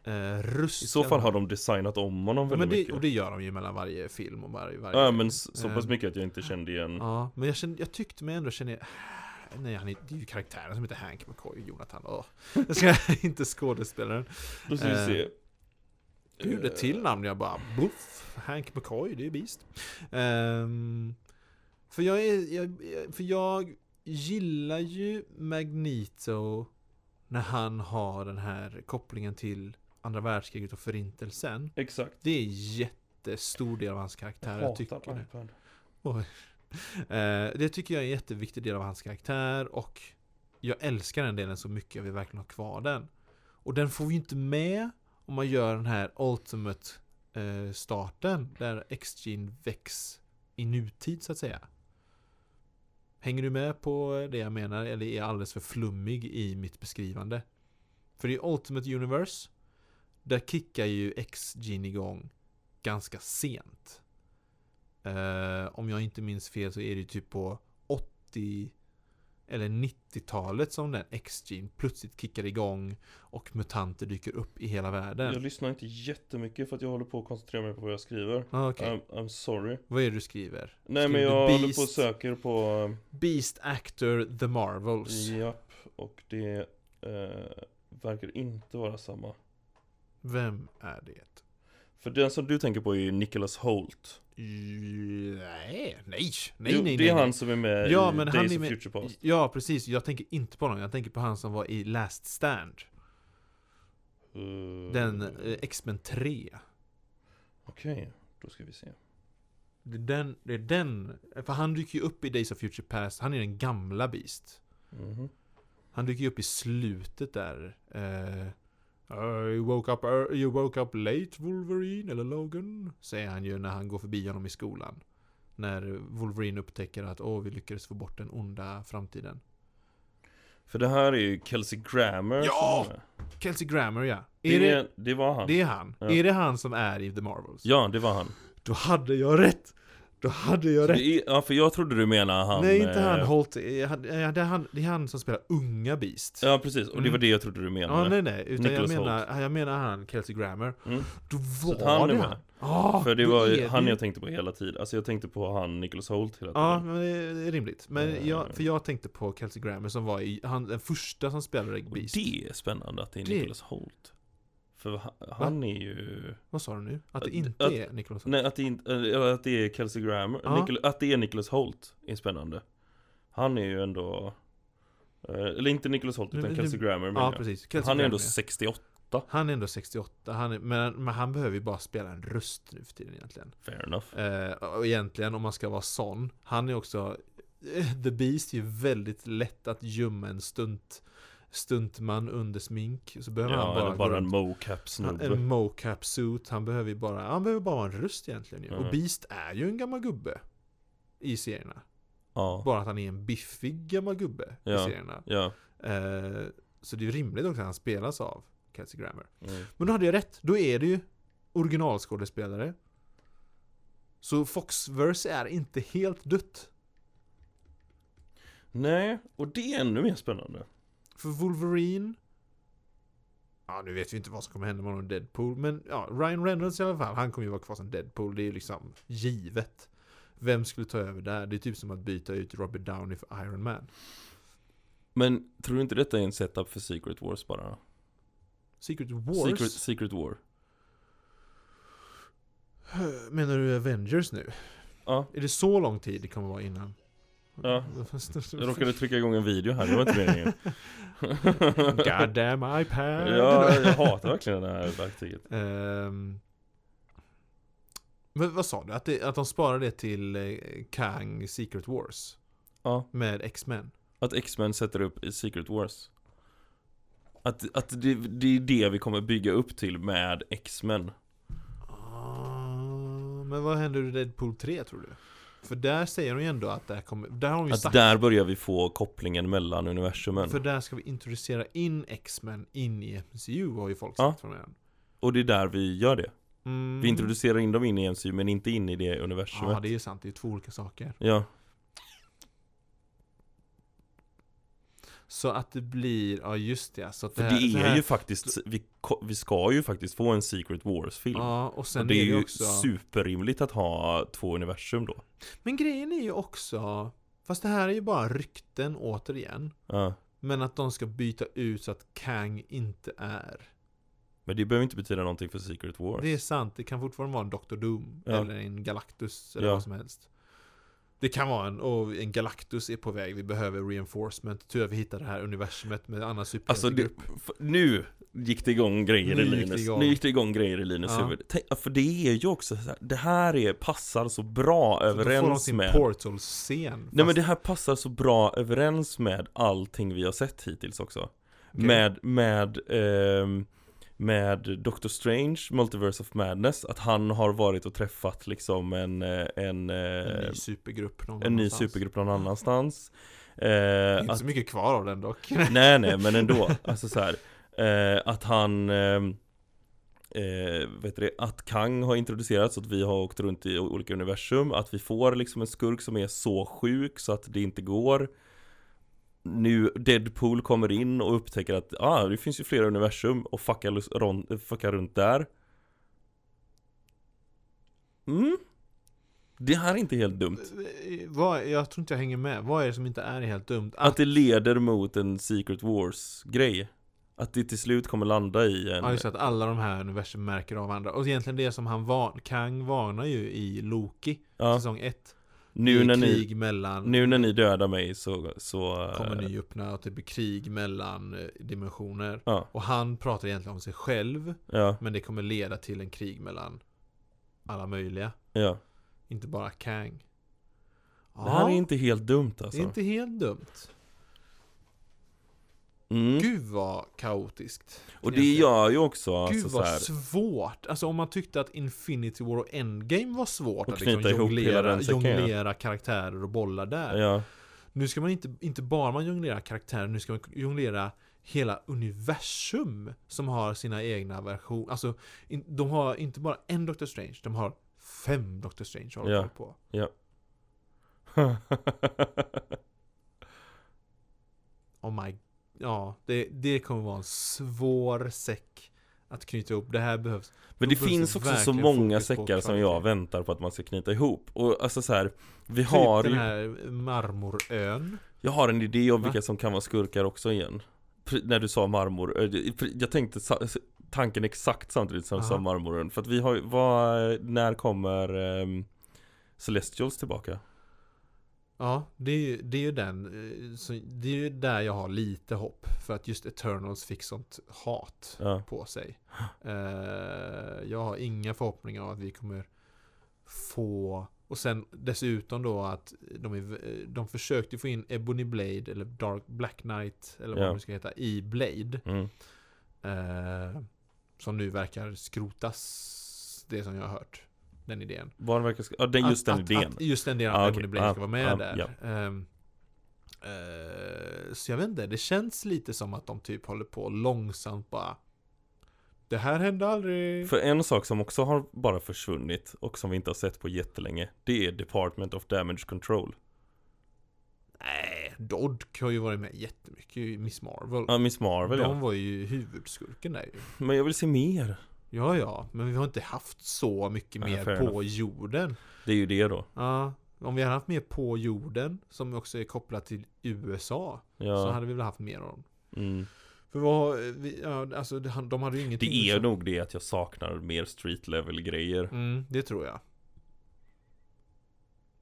Speaker 2: eh, röst.
Speaker 1: I så fall har de designat om honom
Speaker 2: ja, men
Speaker 1: väldigt
Speaker 2: det,
Speaker 1: mycket.
Speaker 2: Och det gör de ju mellan varje film och varje... varje
Speaker 1: Ja men s- så pass
Speaker 2: Ehm,
Speaker 1: mycket att jag inte kände igen
Speaker 2: Ja, men jag, kände, jag tyckte mig ändå känna... Nej, han är, det är ju karaktären som heter Hank McCoy, Jonathan. Åh. Jag ska inte skådespelaren.
Speaker 1: Då ska vi
Speaker 2: eh,
Speaker 1: se
Speaker 2: Gud, ett till namn. Jag bara, bluff. Hank McCoy, det är Beast. Ehm, för, jag är, jag, jag- för jag gillar ju Magneto när han har den här kopplingen till andra världskriget och förintelsen.
Speaker 1: Exakt
Speaker 2: Det är en jättestor del av hans karaktär. Jag tycker det.
Speaker 1: iPad
Speaker 2: Eh, det tycker jag är en jätteviktig del av hans karaktär och jag älskar den delen så mycket, jag vill verkligen ha kvar den. Och den får vi ju inte med om man gör den här Ultimate eh, starten där X-Gene väcks i nutid så att säga. Hänger du med på det jag menar eller är jag alldeles för flummig i mitt beskrivande? För i Ultimate Universe där kickar ju X-Gene igång ganska sent. Eh, om jag inte minns fel så är det ju typ på 80 eller 90-talet som den X-Gene plötsligt kickar igång och mutanter dyker upp i hela
Speaker 1: Jag
Speaker 2: världen.
Speaker 1: lyssnar inte jättemycket för att jag håller på att koncentrera mig på vad jag skriver
Speaker 2: Ah, okej.
Speaker 1: I'm, I'm sorry
Speaker 2: Vad är det du skriver?
Speaker 1: Nej men
Speaker 2: Skriver
Speaker 1: jag
Speaker 2: du
Speaker 1: håller
Speaker 2: Beast?
Speaker 1: på och söker på um,
Speaker 2: Beast Actor The Marvels.
Speaker 1: eh, Japp Och det eh, verkar inte vara samma
Speaker 2: Vem är det?
Speaker 1: För den som du tänker på är ju Nicholas Holt
Speaker 2: Y- Nej, nej, nej,
Speaker 1: Jo,
Speaker 2: nej.
Speaker 1: Det är
Speaker 2: nej.
Speaker 1: han som är med
Speaker 2: Ja,
Speaker 1: i
Speaker 2: men han
Speaker 1: Days
Speaker 2: är
Speaker 1: of
Speaker 2: med-
Speaker 1: Future Past
Speaker 2: Ja, precis. Jag tänker inte på honom. Jag tänker på han som var i Last Stand.
Speaker 1: Eh,
Speaker 2: Den eh, X-Men 3.
Speaker 1: Okej, då ska vi se
Speaker 2: Det är den, det är den. För han dyker ju upp i Days of Future Past. Han är den gamla Beast.
Speaker 1: Mhm.
Speaker 2: Han dyker ju upp i slutet där. Eh, I woke up, ear- you woke up late Wolverine, eller Logan. Säger han ju när han går förbi honom i skolan. När Wolverine upptäcker att åh, vi lyckades få bort den onda framtiden.
Speaker 1: För det här är ju Kelsey Grammer som
Speaker 2: Ja!
Speaker 1: är med.
Speaker 2: Kelsey Grammer ja.
Speaker 1: Det,
Speaker 2: Är det,
Speaker 1: det var han
Speaker 2: det är han.
Speaker 1: Ja.
Speaker 2: Är det han som är i The Marvels?
Speaker 1: Ja, det var han
Speaker 2: Då hade jag rätt! Då hade jag
Speaker 1: Så
Speaker 2: rätt!
Speaker 1: det är, ja, för jag trodde du menade han
Speaker 2: Nej, inte han
Speaker 1: eh,
Speaker 2: Holt. Eh, han- eh, Det är han, det är han som spelar unga Beast.
Speaker 1: Ja, precis, och det var
Speaker 2: Mm.
Speaker 1: det jag trodde du menade
Speaker 2: Ja, nej, nej. Utan jag
Speaker 1: Nicholas
Speaker 2: menar, jag menar han, Kelsey Grammer.
Speaker 1: Mm.
Speaker 2: Då
Speaker 1: att
Speaker 2: var
Speaker 1: han är
Speaker 2: det
Speaker 1: med.
Speaker 2: han. Ja,
Speaker 1: För det
Speaker 2: då
Speaker 1: var
Speaker 2: är
Speaker 1: ju han
Speaker 2: det-
Speaker 1: jag tänkte på hela tiden Alltså jag tänkte på han Nicholas Holt hela
Speaker 2: Ja,
Speaker 1: tiden
Speaker 2: men det är det är rimligt. Men
Speaker 1: Eh.
Speaker 2: jag, för jag tänkte på Kelsey Grammer som var i, han, den första som spelade
Speaker 1: Och
Speaker 2: Beast.
Speaker 1: det är spännande att det är
Speaker 2: Det-
Speaker 1: Nicholas Holt För han, han är ju
Speaker 2: Vad sa du nu? Att det
Speaker 1: Att-
Speaker 2: inte
Speaker 1: att- Mm,
Speaker 2: är Nicholas Holt?
Speaker 1: Nej, att det, inte, eller att det är Kelsey Grammer
Speaker 2: Ja.
Speaker 1: Nicol- Att det är Nicholas Holt är spännande Han är ju ändå eh, Eller inte Nicholas Holt
Speaker 2: Nu-
Speaker 1: utan
Speaker 2: nu-
Speaker 1: Kelsey Grammer menar
Speaker 2: Ja,
Speaker 1: jag.
Speaker 2: precis. Kelsey
Speaker 1: Han är ändå
Speaker 2: Grammer.
Speaker 1: 68
Speaker 2: Han är ändå 68, han är, men, men han behöver ju bara spela en röst nu för tiden egentligen.
Speaker 1: Fair enough
Speaker 2: Eh, och egentligen om man ska vara sån, han är också... eh, The Beast är ju väldigt lätt att gömma en stunt, stuntman under smink. Så behöver han
Speaker 1: Ja,
Speaker 2: bara,
Speaker 1: eller
Speaker 2: gå
Speaker 1: bara en
Speaker 2: runt-
Speaker 1: mocap
Speaker 2: han-
Speaker 1: snubbe
Speaker 2: en mocap suit. Han behöver ju bara, han behöver bara en röst egentligen ju.
Speaker 1: Mm.
Speaker 2: Och Beast är ju en gammal gubbe i serierna.
Speaker 1: Ja,
Speaker 2: Bara att han är en biffig gammal gubbe
Speaker 1: Ja.
Speaker 2: i serierna.
Speaker 1: ja
Speaker 2: Eh, så det är ju rimligt också att han spelas av Kelsey Grammer.
Speaker 1: mm.
Speaker 2: Men då hade jag rätt. Då är det ju originalskådespelare. Så Foxverse är inte helt dött.
Speaker 1: Nej, och det är ännu mer spännande
Speaker 2: För Wolverine... Ja, nu vet vi inte vad som kommer hända med honom i Deadpool. Men ja, Ryan Reynolds i alla fall. Han kommer ju vara kvar som Deadpool. Det är ju liksom givet. Vem skulle ta över där? Det är typ som att byta ut Robert Downey för Iron Man.
Speaker 1: Men tror du inte detta är en setup för Secret Wars bara?
Speaker 2: Secret Wars?
Speaker 1: Secret, Secret War
Speaker 2: Menar du Avengers nu?
Speaker 1: Ja,
Speaker 2: Är det så lång tid det kommer vara innan?
Speaker 1: Ja. jag råkade trycka igång en video här, det var inte meningen
Speaker 2: God damn iPad!
Speaker 1: Ja, jag hatar verkligen det här verktyget
Speaker 2: Ehm. men vad sa du? Att, det, att de sparar det till eh, Kang Secret Wars?
Speaker 1: Ja,
Speaker 2: Med X-Men?
Speaker 1: att X-Men sätter upp i Secret Wars Att, att det, det är det vi kommer bygga upp till med X-Men
Speaker 2: Ah, Men vad händer i Deadpool 3 tror du? För där säger de ju ändå att det här kommer, där har de ju
Speaker 1: Att
Speaker 2: sagt
Speaker 1: där börjar vi få kopplingen mellan universumen
Speaker 2: För där ska vi introducera in X-Men in i MCU har ju folk
Speaker 1: Ja.
Speaker 2: sagt från början
Speaker 1: Och det är där vi gör det
Speaker 2: mm.
Speaker 1: Vi introducerar in dem in i MCU men inte in i det universumet
Speaker 2: Ja det är ju sant, det är två olika saker
Speaker 1: Ja,
Speaker 2: Så att det blir, ja just det alltså att
Speaker 1: för
Speaker 2: det,
Speaker 1: det,
Speaker 2: här, det
Speaker 1: är
Speaker 2: här,
Speaker 1: ju faktiskt, vi, ko- vi ska ju faktiskt få en Secret Wars-film
Speaker 2: Ja och sen
Speaker 1: och det är ju
Speaker 2: också
Speaker 1: superrimligt att ha två universum då
Speaker 2: Men grejen är ju också Fast det här är ju bara rykten återigen
Speaker 1: ja.
Speaker 2: Men att de ska byta ut så att Kang inte är
Speaker 1: Men det behöver inte betyda någonting för Secret Wars
Speaker 2: Det är sant, det kan fortfarande vara en Dr. Doom
Speaker 1: Ja.
Speaker 2: Eller en Galactus eller
Speaker 1: Ja.
Speaker 2: vad som helst Det kan vara en, och en Galactus är på väg Vi behöver reinforcement Tur att vi hittar det här universumet med en annan
Speaker 1: Alltså det,
Speaker 2: superhjältegrupp
Speaker 1: f- nu gick det igång grejer
Speaker 2: Nu
Speaker 1: i
Speaker 2: gick det
Speaker 1: Linus
Speaker 2: igång.
Speaker 1: Nu gick det igång grejer i Linus
Speaker 2: Ja.
Speaker 1: huvud Tänk, För det är ju också så här, Det här är, passar så bra
Speaker 2: Så Då får de
Speaker 1: överens
Speaker 2: sin
Speaker 1: med
Speaker 2: portal-scen
Speaker 1: Nej men
Speaker 2: fast-
Speaker 1: det här passar så bra överens med allting vi har sett hittills också
Speaker 2: Okej.
Speaker 1: Med, med, ehm, med Doctor Strange, Multiverse of Madness Att han har varit och träffat liksom en, eh, en,
Speaker 2: En
Speaker 1: eh,
Speaker 2: ny supergrupp någon
Speaker 1: en ny
Speaker 2: annanstans.
Speaker 1: supergrupp någon annanstans
Speaker 2: Det
Speaker 1: eh,
Speaker 2: är Inte
Speaker 1: att,
Speaker 2: så mycket kvar av den dock
Speaker 1: Nej nej men ändå, alltså så här, eh, Att han ehm, Eh, vet du det, att Kang har introducerats, att vi har åkt runt i o- olika universum Att vi får liksom en skurk som är så sjuk så att det inte går Nu Deadpool kommer in och upptäcker att ah, det finns ju flera universum och fuckar, lus- ron- fuckar runt där Mm Det här är inte helt dumt
Speaker 2: Eh, Vad, jag tror inte jag hänger med. Vad är det som inte är helt dumt? Att,
Speaker 1: Att det leder mot en Secret Wars-grej Att det till slut kommer landa i en...
Speaker 2: ja, just det, att alla de här universum märker av varandra. Och egentligen det som han var, Kang varnar ju i Loki,
Speaker 1: Ja,
Speaker 2: säsong 1.
Speaker 1: nu, när ni,
Speaker 2: krig mellan,
Speaker 1: nu när ni dödar mig så... så eh,
Speaker 2: kommer nyöppna, och det blir krig mellan eh, dimensioner.
Speaker 1: Ja,
Speaker 2: Och han pratar egentligen om sig själv,
Speaker 1: ja,
Speaker 2: men det kommer leda till en krig mellan alla möjliga.
Speaker 1: ja.
Speaker 2: Inte bara Kang.
Speaker 1: Det här
Speaker 2: Ja,
Speaker 1: är inte helt dumt
Speaker 2: det
Speaker 1: alltså.
Speaker 2: är inte helt dumt.
Speaker 1: Mm.
Speaker 2: Gud vad kaotiskt.
Speaker 1: Och det
Speaker 2: egentligen.
Speaker 1: gör ju också
Speaker 2: Gud
Speaker 1: alltså, så
Speaker 2: vad
Speaker 1: här,
Speaker 2: svårt! Alltså om man tyckte att Infinity War och Endgame var svårt
Speaker 1: Och
Speaker 2: att liksom
Speaker 1: knyta ihop hela den säcken, ja.
Speaker 2: jonglera karaktärer och bollar där.
Speaker 1: ja,
Speaker 2: Nu ska man inte, inte bara man jonglera karaktärer, nu ska man jonglera hela universum som har sina egna versioner. Alltså, in, de har inte bara en Doctor Strange, de har fem Doctor Strange har de
Speaker 1: Ja.
Speaker 2: koll på. Oh my... Ja, det, det kommer vara en svår säck att knyta ihop. Det här behövs.
Speaker 1: Men
Speaker 2: Då
Speaker 1: det
Speaker 2: behövs
Speaker 1: finns
Speaker 2: det
Speaker 1: också så
Speaker 2: verkligen
Speaker 1: många
Speaker 2: fokus på
Speaker 1: säckar som jag
Speaker 2: kvalitet.
Speaker 1: väntar på att man ska knyta ihop Och alltså så här, vi har
Speaker 2: Typ
Speaker 1: ju
Speaker 2: den här marmorön.
Speaker 1: Jag har en idé om
Speaker 2: Va?
Speaker 1: vilka som kan vara skurkar också igen Pre- När du sa marmor, eh, det- pre- jag tänkte sa- s- tanken exakt samtidigt som du sa
Speaker 2: Aha.
Speaker 1: marmoren För att vi har ju- vad, när kommer ehm, Celestials tillbaka?
Speaker 2: Ja, det är ju, det är ju den. eh, Så det är ju där jag har lite hopp. För att just Eternals fick sånt hat
Speaker 1: Ja,
Speaker 2: på sig. Eh, jag har inga förhoppningar om att vi kommer få... Och sen dessutom då att de, är, eh, de försökte få in Ebony Blade eller Dark Black Knight eller vad
Speaker 1: Ja.
Speaker 2: det ska heta i Blade.
Speaker 1: mm.
Speaker 2: Eh, som nu verkar skrotas. Det som jag har hört. Den idén.
Speaker 1: Barn verkar, sk- ja den, just
Speaker 2: Att-
Speaker 1: den
Speaker 2: att,
Speaker 1: idén
Speaker 2: Att, just den delen,
Speaker 1: Ah,
Speaker 2: att
Speaker 1: okej.
Speaker 2: Ebony Blade ska
Speaker 1: Ah,
Speaker 2: vara med
Speaker 1: ah,
Speaker 2: där. Ehm, eh, så jag vet inte, det känns lite som att de typ håller på långsamt bara Det här hände aldrig.
Speaker 1: För en sak som också har bara försvunnit och som vi inte har sett på jättelänge Det är Department of Damage Control
Speaker 2: Nej, Dodk har ju varit med jättemycket i Miss Marvel.
Speaker 1: Ja, Miss Marvel
Speaker 2: de
Speaker 1: ja.
Speaker 2: var ju huvudskurken där ju.
Speaker 1: Men jag vill se mer
Speaker 2: Ja, ja, men vi har inte haft så mycket
Speaker 1: Nej,
Speaker 2: mer
Speaker 1: fair
Speaker 2: på jorden.
Speaker 1: Det är ju det då
Speaker 2: Ja, om vi hade haft mer på jorden, som också är kopplat till USA, så
Speaker 1: ja.
Speaker 2: hade vi väl haft mer av dem.
Speaker 1: mm.
Speaker 2: För vad, vi, ja, alltså det- han- de hade ju ingenting
Speaker 1: Det är
Speaker 2: liksom.
Speaker 1: nog det att jag saknar mer street level grejer
Speaker 2: Mm, det tror jag.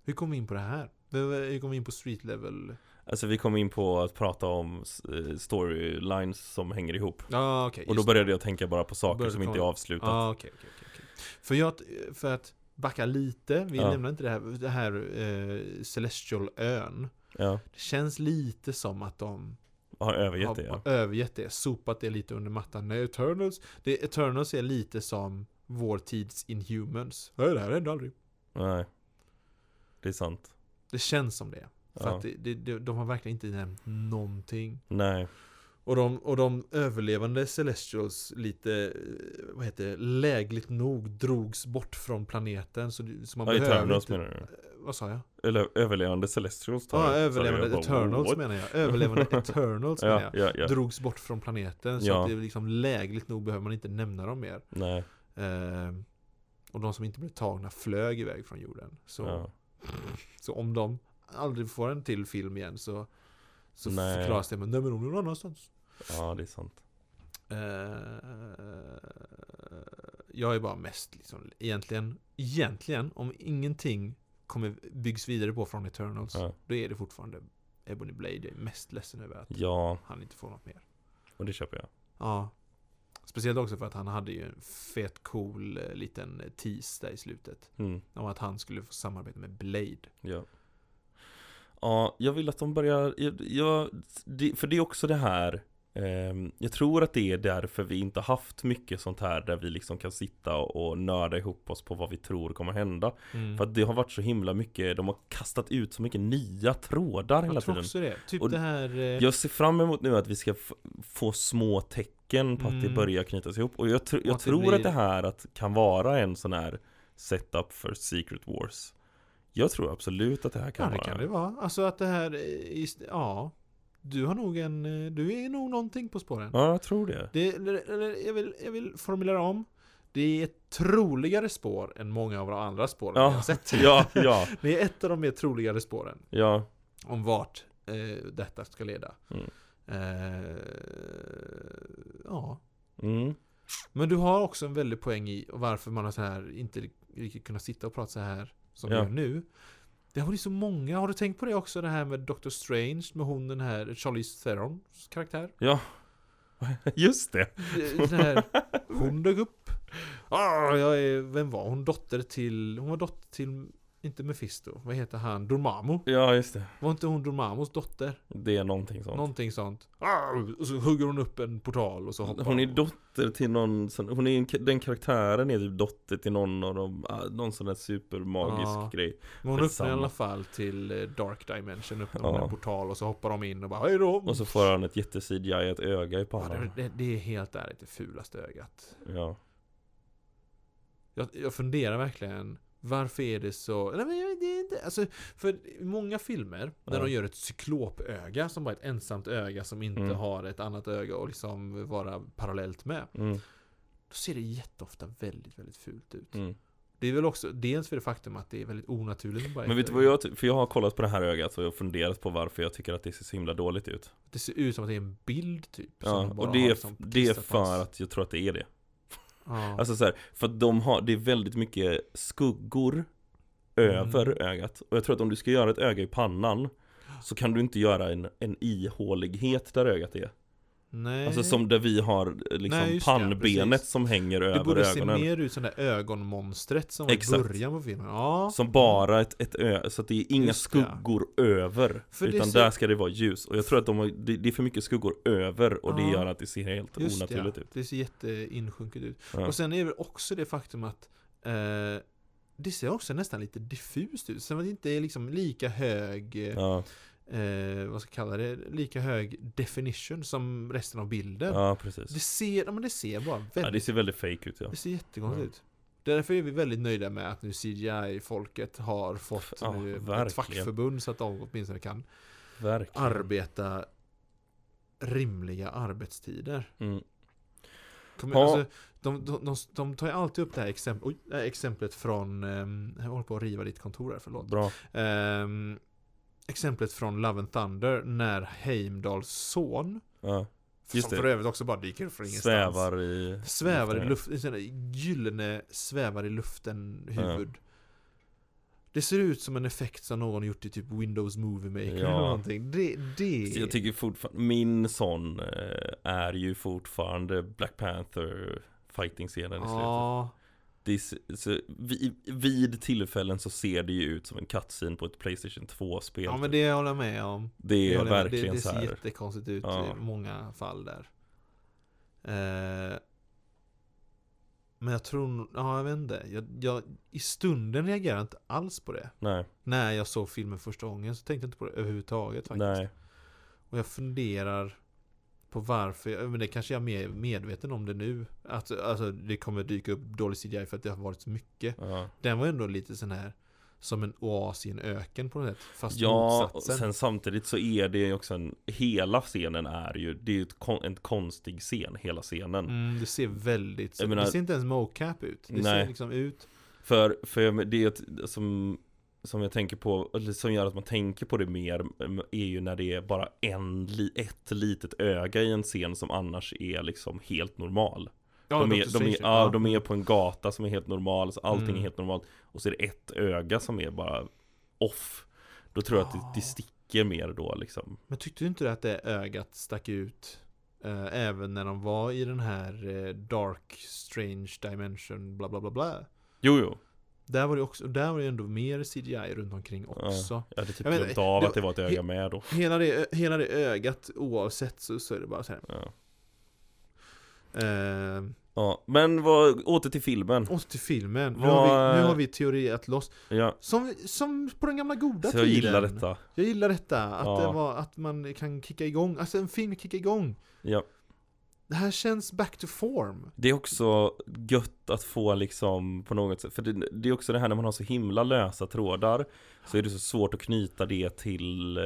Speaker 2: Hur kom vi in på det här? Hur hur kom vi in på street level?
Speaker 1: Alltså vi kom in på att prata om eh, storylines som hänger ihop
Speaker 2: Ja, ah, okej.
Speaker 1: Och då
Speaker 2: just
Speaker 1: började jag tänka bara på saker
Speaker 2: Började
Speaker 1: som inte är
Speaker 2: komma- det.
Speaker 1: avslutat
Speaker 2: Ja, okej, okej, okej, okej. För jag, för att backa lite, vi
Speaker 1: Ja.
Speaker 2: nämnde inte det här, det här eh, Celestial-ön.
Speaker 1: ja.
Speaker 2: Det känns lite som att de
Speaker 1: Har övergett
Speaker 2: har
Speaker 1: det ja.
Speaker 2: bara övergett det, sopat det lite under mattan. Nej, Eternals, det, Eternals är lite som vår tids Inhumans. Nej, det här hände aldrig.
Speaker 1: Nej. Det är sant.
Speaker 2: Det känns som det. För
Speaker 1: Ja.
Speaker 2: att det, det, det, de har verkligen inte nämnt någonting.
Speaker 1: Nej.
Speaker 2: Och de, och de överlevande Celestials lite, eh, vad heter det, lägligt nog drogs bort från planeten. Så, det- så man
Speaker 1: Ja,
Speaker 2: behöver
Speaker 1: Eternals
Speaker 2: inte...
Speaker 1: menar du?
Speaker 2: Eh, Vad sa jag?
Speaker 1: Eller överlevande Celestials tar
Speaker 2: Ja,
Speaker 1: jag-
Speaker 2: överlevande
Speaker 1: jag bara,
Speaker 2: Eternals
Speaker 1: what?
Speaker 2: menar jag. Överlevande Eternals menar
Speaker 1: Ja,
Speaker 2: jag.
Speaker 1: ja, ja.
Speaker 2: Drogs bort från planeten. Så
Speaker 1: Ja.
Speaker 2: att det är liksom lägligt nog behöver man inte nämna dem mer.
Speaker 1: Nej.
Speaker 2: Eh, och de som inte blev tagna flög iväg från jorden. Så,
Speaker 1: Ja.
Speaker 2: så om de aldrig får en till film igen så, så
Speaker 1: Nej.
Speaker 2: förklaras det med Nej men de är någon annanstans.
Speaker 1: ja, det är sant.
Speaker 2: Eh, jag är bara mest liksom, egentligen, egentligen om ingenting kommer byggs vidare på från Eternals.
Speaker 1: Ja.
Speaker 2: Då är det fortfarande Ebony Blade jag är mest ledsen över att
Speaker 1: ja,
Speaker 2: han inte får något mer.
Speaker 1: och det köper jag.
Speaker 2: Ja. Speciellt också för att han hade ju en fet cool eh, liten tease där i slutet.
Speaker 1: Mm,
Speaker 2: Om att han skulle få samarbeta med Blade.
Speaker 1: ja. Ja, jag vill att de börjar, jag, jag, det, för det är också det här ehm, Jag tror att det är därför vi inte haft mycket sånt här där vi liksom kan sitta och nörda ihop oss på vad vi tror kommer hända
Speaker 2: Mm.
Speaker 1: För att det har varit så himla mycket, de har kastat ut så mycket nya trådar hela
Speaker 2: jag tror
Speaker 1: tiden
Speaker 2: också det. Typ
Speaker 1: Och
Speaker 2: det här... eh,
Speaker 1: Jag ser fram emot nu att vi ska f- få små tecken på att det
Speaker 2: Mm.
Speaker 1: börjar knytas ihop Och jag, tr-
Speaker 2: Och
Speaker 1: jag
Speaker 2: att det
Speaker 1: tror
Speaker 2: blir-
Speaker 1: att det här att kan vara en sån här setup för Secret Wars Jag tror absolut att det här kan
Speaker 2: Ja, det
Speaker 1: vara
Speaker 2: kan det vara. Alltså att det här... eh, is- Ja. Du har nog en... eh, Du är nog någonting på spåren.
Speaker 1: Ja, jag tror det
Speaker 2: Det, eller, eller, jag, vill, jag vill formulera om. Det är ett troligare spår än många av de andra spåren vi
Speaker 1: Ja,
Speaker 2: har sett.
Speaker 1: ja, ja,
Speaker 2: Det är ett av de mer troligare spåren.
Speaker 1: ja,
Speaker 2: Om vart eh, detta ska leda.
Speaker 1: Mm.
Speaker 2: Eh, ja.
Speaker 1: mm.
Speaker 2: Men du har också en väldig poäng i varför man har så här inte riktigt kunnat sitta och prata så här som vi
Speaker 1: Ja.
Speaker 2: gör nu. Det har varit så många, har du tänkt på det också? Det här med Doctor Strange med hon den här Charlize Therons karaktär?
Speaker 1: just det!
Speaker 2: Det- Den Eh, här, hon dök upp. Ah, jag är, vem var hon? Dotter till, hon var dotter till, inte Mephisto, vad heter han? Dormammu?
Speaker 1: Ja, just det
Speaker 2: Var inte hon Dormammus dotter?
Speaker 1: Det är någonting sånt
Speaker 2: Någonting sånt. Ah, och så hugger hon upp en portal och så hoppar
Speaker 1: Hon är dotter till någon, sån- hon är en, ka- den karaktären är typ dotter till någon av dem, ah, någon sån där supermagisk
Speaker 2: Ja.
Speaker 1: grej
Speaker 2: Men hon öppnar i
Speaker 1: Skitsamma.
Speaker 2: alla fall till eh, Dark Dimension, öppnar
Speaker 1: Ja.
Speaker 2: hon en portal och så hoppar de in och bara Hej då!
Speaker 1: Och så får han ett jätte-CGI, ett öga i
Speaker 2: ja, det,
Speaker 1: pannan
Speaker 2: det, det är helt ärligt det fulaste ögat.
Speaker 1: Ja,
Speaker 2: Jag, jag funderar verkligen varför är det så? Nej, men jag- det är inte, alltså, för i många filmer när
Speaker 1: Ja.
Speaker 2: de gör ett cyklopöga som bara är ett ensamt öga som inte
Speaker 1: Mm.
Speaker 2: har ett annat öga och liksom vara parallellt med.
Speaker 1: mm,
Speaker 2: Då ser det jätteofta väldigt, väldigt fult ut.
Speaker 1: mm.
Speaker 2: Det är väl också dels för det faktum att det är väldigt onaturligt. med bara
Speaker 1: Men
Speaker 2: ett
Speaker 1: vet du
Speaker 2: öga.
Speaker 1: vad jag ty- för jag har kollat på det här ögat och jag har funderat på varför jag tycker att det ser så himla dåligt ut
Speaker 2: Det ser ut som att det är en bild typ. som
Speaker 1: Ja,
Speaker 2: de bara
Speaker 1: och det
Speaker 2: har
Speaker 1: är,
Speaker 2: liksom
Speaker 1: det är
Speaker 2: klistrat på
Speaker 1: för
Speaker 2: oss.
Speaker 1: att jag tror att det är det
Speaker 2: Ja.
Speaker 1: Alltså så här, för att de har, det är väldigt mycket skuggor över
Speaker 2: Mm.
Speaker 1: ögat Och jag tror att om du ska göra ett öga i pannan så kan du inte göra en, en ihålighet där ögat är
Speaker 2: Nej.
Speaker 1: Alltså som där vi har eh, liksom
Speaker 2: Nej, just det,
Speaker 1: pannbenet
Speaker 2: precis.
Speaker 1: som hänger
Speaker 2: det
Speaker 1: över
Speaker 2: borde
Speaker 1: ögonen
Speaker 2: se mer ut som det där ögonmonstret som var i
Speaker 1: Exakt.
Speaker 2: början på filmen. Ja.
Speaker 1: Som bara ett, ett ö, så att det är inga
Speaker 2: Just det.
Speaker 1: skuggor över
Speaker 2: För det
Speaker 1: Utan
Speaker 2: ser-
Speaker 1: där ska det vara ljus Och jag tror att de har, det, det är för mycket skuggor över Och det
Speaker 2: Ja.
Speaker 1: gör att det ser helt
Speaker 2: Just
Speaker 1: onaturligt
Speaker 2: det,
Speaker 1: ut
Speaker 2: det ser jätteinsjunket ut.
Speaker 1: ja.
Speaker 2: Och sen är det väl också det faktum att eh, det ser också nästan lite diffust ut. Sen att det inte är liksom lika hög, eh,
Speaker 1: Ja,
Speaker 2: eh, vad ska jag kalla det, lika hög definition som resten av bilden.
Speaker 1: ja, precis
Speaker 2: Det ser, ja, men det ser bara väldigt,
Speaker 1: ja, Det ser väldigt fake ut ja
Speaker 2: det ser jättekonstigt
Speaker 1: Ja.
Speaker 2: ut. Därför är vi väldigt nöjda med att nu CGI-folket har fått
Speaker 1: Ja,
Speaker 2: nu ett
Speaker 1: verkligen.
Speaker 2: fackförbund så att de åtminstone kan
Speaker 1: Verkligen
Speaker 2: arbeta rimliga arbetstider.
Speaker 1: mm.
Speaker 2: Kommer,
Speaker 1: Ja.
Speaker 2: alltså, de, de, de, de tar ju alltid upp det här exempl, oj, äh, exemplet från, ehm, jag håller på att riva ditt kontor här, förlåt.
Speaker 1: Bra
Speaker 2: Ehm, exemplet från Love and Thunder när Heimdalls son,
Speaker 1: ja. Just
Speaker 2: som
Speaker 1: det.
Speaker 2: för övrigt också bara dyker upp från ingenstans.
Speaker 1: Svävar i
Speaker 2: Svävar i luften, sådana gyllene svävar i luften huvud. Det ser ut som en effekt som någon gjort i typ Windows Movie Maker
Speaker 1: Ja.
Speaker 2: eller någonting. Det, det...
Speaker 1: Så Jag tycker fortfarande, min sån eh, är ju fortfarande Black Panther Fighting-scenen i slutet
Speaker 2: Ja.
Speaker 1: det är, s- så, vid, vid tillfällen så ser det ju ut som en cutscene på ett Playstation 2-spel
Speaker 2: Ja men det håller jag med om.
Speaker 1: Det
Speaker 2: Jag
Speaker 1: är
Speaker 2: håller med.
Speaker 1: verkligen
Speaker 2: det, det
Speaker 1: så
Speaker 2: ser
Speaker 1: här
Speaker 2: jättekonstigt ut
Speaker 1: Ja.
Speaker 2: i många fall där. Eh, men jag tror nog- ja jag vet inte. Jag, jag, I stunden reagerade jag inte alls på det.
Speaker 1: Nej,
Speaker 2: När jag såg filmen första gången så tänkte jag inte på det överhuvudtaget faktiskt.
Speaker 1: nej
Speaker 2: Och jag funderar på varför, jag, men det kanske jag är mer medveten om det nu. Att alltså, det kommer dyka upp dålig CGI för att det har varit så mycket.
Speaker 1: ja.
Speaker 2: Den var ändå lite sån här som en oas i en öken på något sätt. Fast
Speaker 1: Ja, och
Speaker 2: motsatsen.
Speaker 1: sen samtidigt så är det ju också en, Hela scenen är ju Det är ju ett kon, en konstig scen, hela scenen
Speaker 2: Mm, det ser väldigt,
Speaker 1: Jag menar-
Speaker 2: det ser inte ens mocap ut. Det
Speaker 1: Nej.
Speaker 2: ser liksom ut.
Speaker 1: För, för det är ett, som, som jag tänker på, eller som gör att man tänker på det mer mm, Är ju när det är bara en, li- ett litet öga i en scen som annars är liksom helt normal
Speaker 2: Ja,
Speaker 1: de, är,
Speaker 2: Dr.
Speaker 1: de, är,
Speaker 2: Strangelove,
Speaker 1: ja, de är på en gata som är helt normal, så allting är
Speaker 2: Mm.
Speaker 1: helt normalt Och så är det ett öga som är bara off Då tror jag att
Speaker 2: Ah.
Speaker 1: det, det sticker mer då liksom
Speaker 2: Men tyckte du inte att det ögat stack ut? eh, även när de var i den här eh, Dark Strange Dimension bla bla bla bla.
Speaker 1: Jo, jo
Speaker 2: Där var det också, och där var det ändå mer CGI runt omkring också.
Speaker 1: Jag hade typ
Speaker 2: Jag menar,
Speaker 1: glömt av
Speaker 2: det-
Speaker 1: att det var ett öga
Speaker 2: he-
Speaker 1: med då
Speaker 2: Hela, det, ö- hela det ögat oavsett så, så är det bara så här.
Speaker 1: Ja,
Speaker 2: Eh,
Speaker 1: ja. men vad, åter till filmen
Speaker 2: och till filmen. Nu,
Speaker 1: Vad-
Speaker 2: har vi, nu har vi teoriat loss.
Speaker 1: ja.
Speaker 2: Som, vi- som på den gamla goda
Speaker 1: Så jag
Speaker 2: tiden.
Speaker 1: gillar detta
Speaker 2: Jag gillar detta, att,
Speaker 1: Ja.
Speaker 2: det var, att man kan kicka igång, alltså en film kickar igång.
Speaker 1: Ja.
Speaker 2: Det här känns back to form.
Speaker 1: Det är också gött att få liksom på något sätt För det, det är också det här när man har så himla lösa trådar Så är det så svårt att knyta det till eh,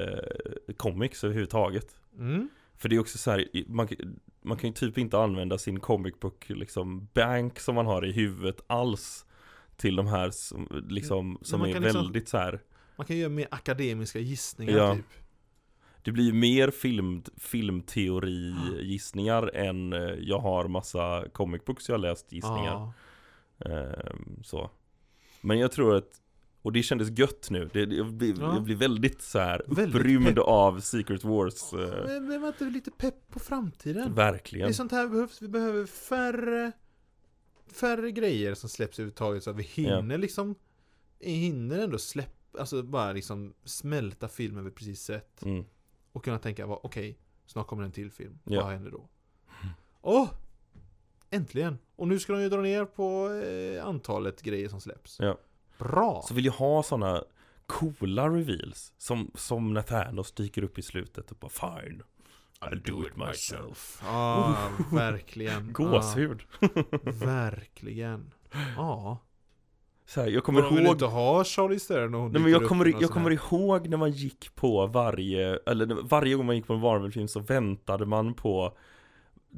Speaker 1: comics överhuvudtaget
Speaker 2: Mm.
Speaker 1: För det är också så här, i- man, man kan ju typ inte använda sin comic book liksom bank som man har i huvudet alls Till de här som, liksom, som
Speaker 2: man
Speaker 1: är
Speaker 2: kan liksom-
Speaker 1: väldigt så här
Speaker 2: Man kan göra mer akademiska gissningar
Speaker 1: Ja.
Speaker 2: typ.
Speaker 1: Det blir ju mer film, filmteori-gissningar än eh, jag har massa comic books jag har läst gissningar
Speaker 2: Ja.
Speaker 1: Ehm, så. Men jag tror att och det kändes gött nu, det, det, jag, blir,
Speaker 2: Ja.
Speaker 1: jag blir väldigt så här
Speaker 2: Väldigt
Speaker 1: upprymd
Speaker 2: pepp.
Speaker 1: av Secret Wars eh,
Speaker 2: Men, men var inte lite pepp på framtiden? Det
Speaker 1: Verkligen
Speaker 2: är sånt här vi behövs, vi behöver färre Färre grejer som släpps överhuvudtaget så att vi hinner liksom Hinner ändå släppa, alltså bara liksom smälta filmen vi precis sett
Speaker 1: mm.
Speaker 2: Och kunna tänka, va, okej, snart kommer en till film.
Speaker 1: Ja.
Speaker 2: Vad händer då? Åh! äntligen! Och nu ska de ju dra ner på eh, antalet grejer som släpps.
Speaker 1: Ja.
Speaker 2: Bra!
Speaker 1: Så vill jag ha såna coola reveals Som, som när Thanos dyker upp i slutet och bara Fine I'll do it myself
Speaker 2: Ja, verkligen.
Speaker 1: Gåshud
Speaker 2: Ja, verkligen. Ja.
Speaker 1: så här, Jag
Speaker 2: Kommer
Speaker 1: kommer
Speaker 2: de vill
Speaker 1: ihåg
Speaker 2: inte ha Charlie Stern och hon
Speaker 1: Nej men
Speaker 2: dyker
Speaker 1: jag
Speaker 2: upp
Speaker 1: kommer,
Speaker 2: med någon
Speaker 1: jag
Speaker 2: sån
Speaker 1: kommer
Speaker 2: här-
Speaker 1: ihåg när man gick på varje, eller när- varje gång man gick på en Marvel-film så väntade man på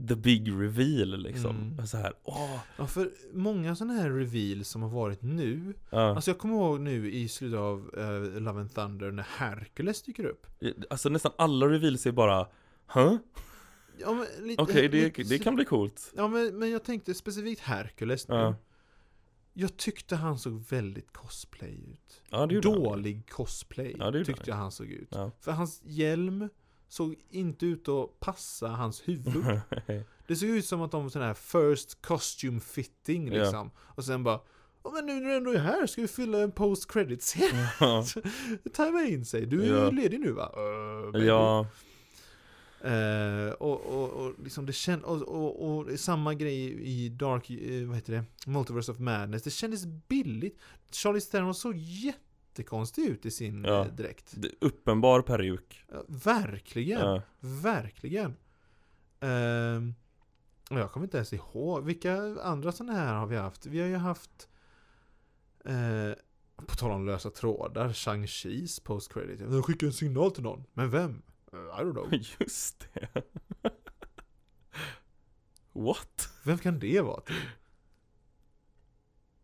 Speaker 1: The Big Reveal liksom.
Speaker 2: Mm.
Speaker 1: Och Så här, åh,
Speaker 2: Ja, för många sådana här reveals som har varit nu.
Speaker 1: ja.
Speaker 2: Alltså jag kommer ihåg nu i slutet av eh, Love and Thunder när Hercules dyker upp.
Speaker 1: Alltså nästan alla reveals är bara, huh?
Speaker 2: Ja, men lite-
Speaker 1: Okej,
Speaker 2: lite
Speaker 1: det, det kan bli coolt.
Speaker 2: Ja men, men jag tänkte specifikt Hercules nu.
Speaker 1: Ja.
Speaker 2: Jag tyckte han såg väldigt cosplay ut.
Speaker 1: Ja, det gjorde han.
Speaker 2: Dålig cosplay
Speaker 1: Ja, det gjorde
Speaker 2: tyckte jag han såg ut.
Speaker 1: Ja.
Speaker 2: För hans hjälm såg inte ut att passa hans huvud. Det såg ut som att de var sån här first costume fitting
Speaker 1: Ja.
Speaker 2: liksom. Och sen bara Ja men nu när du ändå är här ska vi fylla en post credit scen.
Speaker 1: Ja.
Speaker 2: Tajma in sig. Du är
Speaker 1: Mm. Ja.
Speaker 2: ju ledig nu va? "Eh, baby."
Speaker 1: ja,
Speaker 2: Eh, och, och, och liksom det känd, och, och, och samma grej i Dark, eh, vad heter det? Multiverse of Madness. Det kändes billigt. Charlie Theron såg jättekonstig ut i sin
Speaker 1: Ja.
Speaker 2: eh, dräkt.
Speaker 1: det- uppenbar peruk.
Speaker 2: Ja, verkligen,
Speaker 1: Ja.
Speaker 2: verkligen. Ehm, och jag kommer inte ens ihåg. Vilka andra sådana här har vi haft? Vi har ju haft eh, på tal om lösa trådar, Shang-Chis post-credit. De skickar en signal till någon. Men vem? Eh, I don't know.
Speaker 1: Just det. What?
Speaker 2: Vem kan det vara?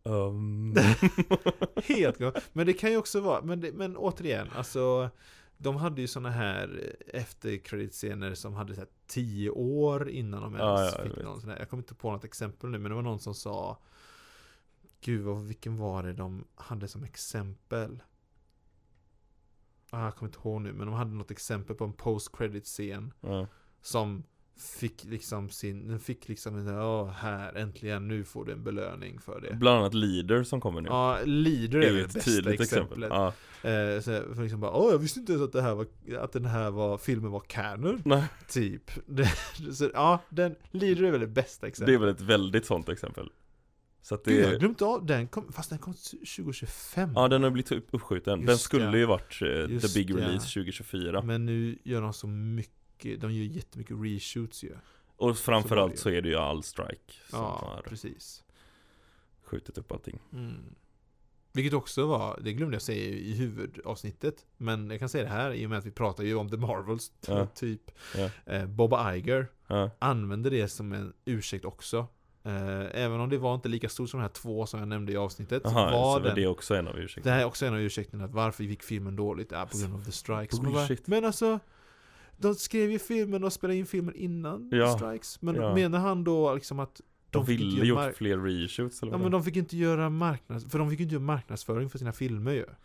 Speaker 1: Um,
Speaker 2: Helt klart. Men det kan ju också vara, men, det, men återigen, alltså de hade ju såna här efterkreditscener som hade så här, tio år innan de
Speaker 1: Ja,
Speaker 2: ens
Speaker 1: ja, jag
Speaker 2: fick
Speaker 1: vet.
Speaker 2: någon sån här. Jag kommer inte på något exempel nu, men det var någon som sa Gud, vad, vilken var det de hade som exempel? Ah, jag kommer inte ihåg nu, men de hade något exempel på en post-credit-scen
Speaker 1: ja.
Speaker 2: som Fick liksom sin, den fick liksom den här, "Åh, här äntligen, nu får du en belöning för det.
Speaker 1: Bland annat Leader som kommer nu.
Speaker 2: Ja, Leader är väl det bästa exemplet.
Speaker 1: Ja.
Speaker 2: Eh, så här, för liksom bara, åh jag visste inte ens att, det här var, att den här var, filmen var canon.
Speaker 1: Nej.
Speaker 2: Typ. Det- så, ja, den, Leader är väl det bästa
Speaker 1: Det är
Speaker 2: exemplet.
Speaker 1: väl ett väldigt sånt exempel. Så att
Speaker 2: Gud, jag har
Speaker 1: det,
Speaker 2: glömt av den, kom, fast den kom 2025.
Speaker 1: ja den har blivit upp- uppskjuten. den
Speaker 2: Just
Speaker 1: skulle
Speaker 2: det.
Speaker 1: ju varit eh,
Speaker 2: Just
Speaker 1: the big
Speaker 2: det. Mm.
Speaker 1: release 2024.
Speaker 2: Men nu gör de så mycket, de gör jättemycket reshoots ju.
Speaker 1: Och
Speaker 2: det ju.
Speaker 1: framförallt så är det ju All Strike som
Speaker 2: Ja,
Speaker 1: har
Speaker 2: precis.
Speaker 1: skjutit upp allting.
Speaker 2: Mm. Vilket också var, det glömde jag säga i huvudavsnittet, men jag kan säga det här i och med att vi pratar ju om The Marvels,
Speaker 1: Ja.
Speaker 2: typ.
Speaker 1: Ja.
Speaker 2: Eh, Bob Iger
Speaker 1: Ja.
Speaker 2: använde det som en ursäkt också. Eh, även om det var inte lika stort som de här två som jag nämnde i avsnittet,
Speaker 1: Aha,
Speaker 2: så var
Speaker 1: så
Speaker 2: den...
Speaker 1: var det också en av ursäkterna.
Speaker 2: Det här är också en av ursäkterna, att varför gick filmen dåligt? Är på grund av the strikes. Man Bara,
Speaker 1: Bullshit.
Speaker 2: men alltså, de skrev ju filmen och spelade in filmen innan
Speaker 1: Ja,
Speaker 2: the strikes. Men
Speaker 1: ja.
Speaker 2: menar han då liksom att
Speaker 1: De
Speaker 2: fick inte
Speaker 1: ville
Speaker 2: göra
Speaker 1: gjort
Speaker 2: mark-
Speaker 1: fler reshoots eller
Speaker 2: Ja
Speaker 1: vad
Speaker 2: men
Speaker 1: det
Speaker 2: de fick inte göra marknads... För de fick ju inte göra marknadsföring för sina filmer ju.
Speaker 1: var.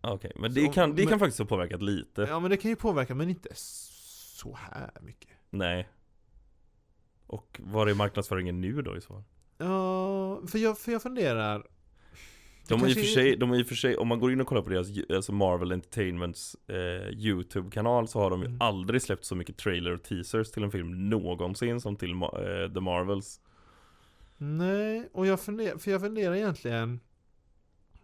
Speaker 1: Ah, Okej, men
Speaker 2: Så
Speaker 1: det
Speaker 2: om-
Speaker 1: kan, det
Speaker 2: men-
Speaker 1: kan faktiskt ha påverkat lite.
Speaker 2: Ja men det kan ju påverka, men inte så här mycket.
Speaker 1: Nej. Och var är marknadsföringen nu då i så fall?
Speaker 2: Ja, för jag, för jag funderar... Det
Speaker 1: De har, i och
Speaker 2: kanske
Speaker 1: för
Speaker 2: är-
Speaker 1: sig, de har i och för sig, om man går in och kollar på deras ju- alltså Marvel Entertainments eh, YouTube-kanal så har de ju
Speaker 2: Mm.
Speaker 1: aldrig släppt så mycket trailer och teasers till en film någonsin som till Ma- eh, The Marvels.
Speaker 2: Nej, och jag funderar, för jag funderar egentligen...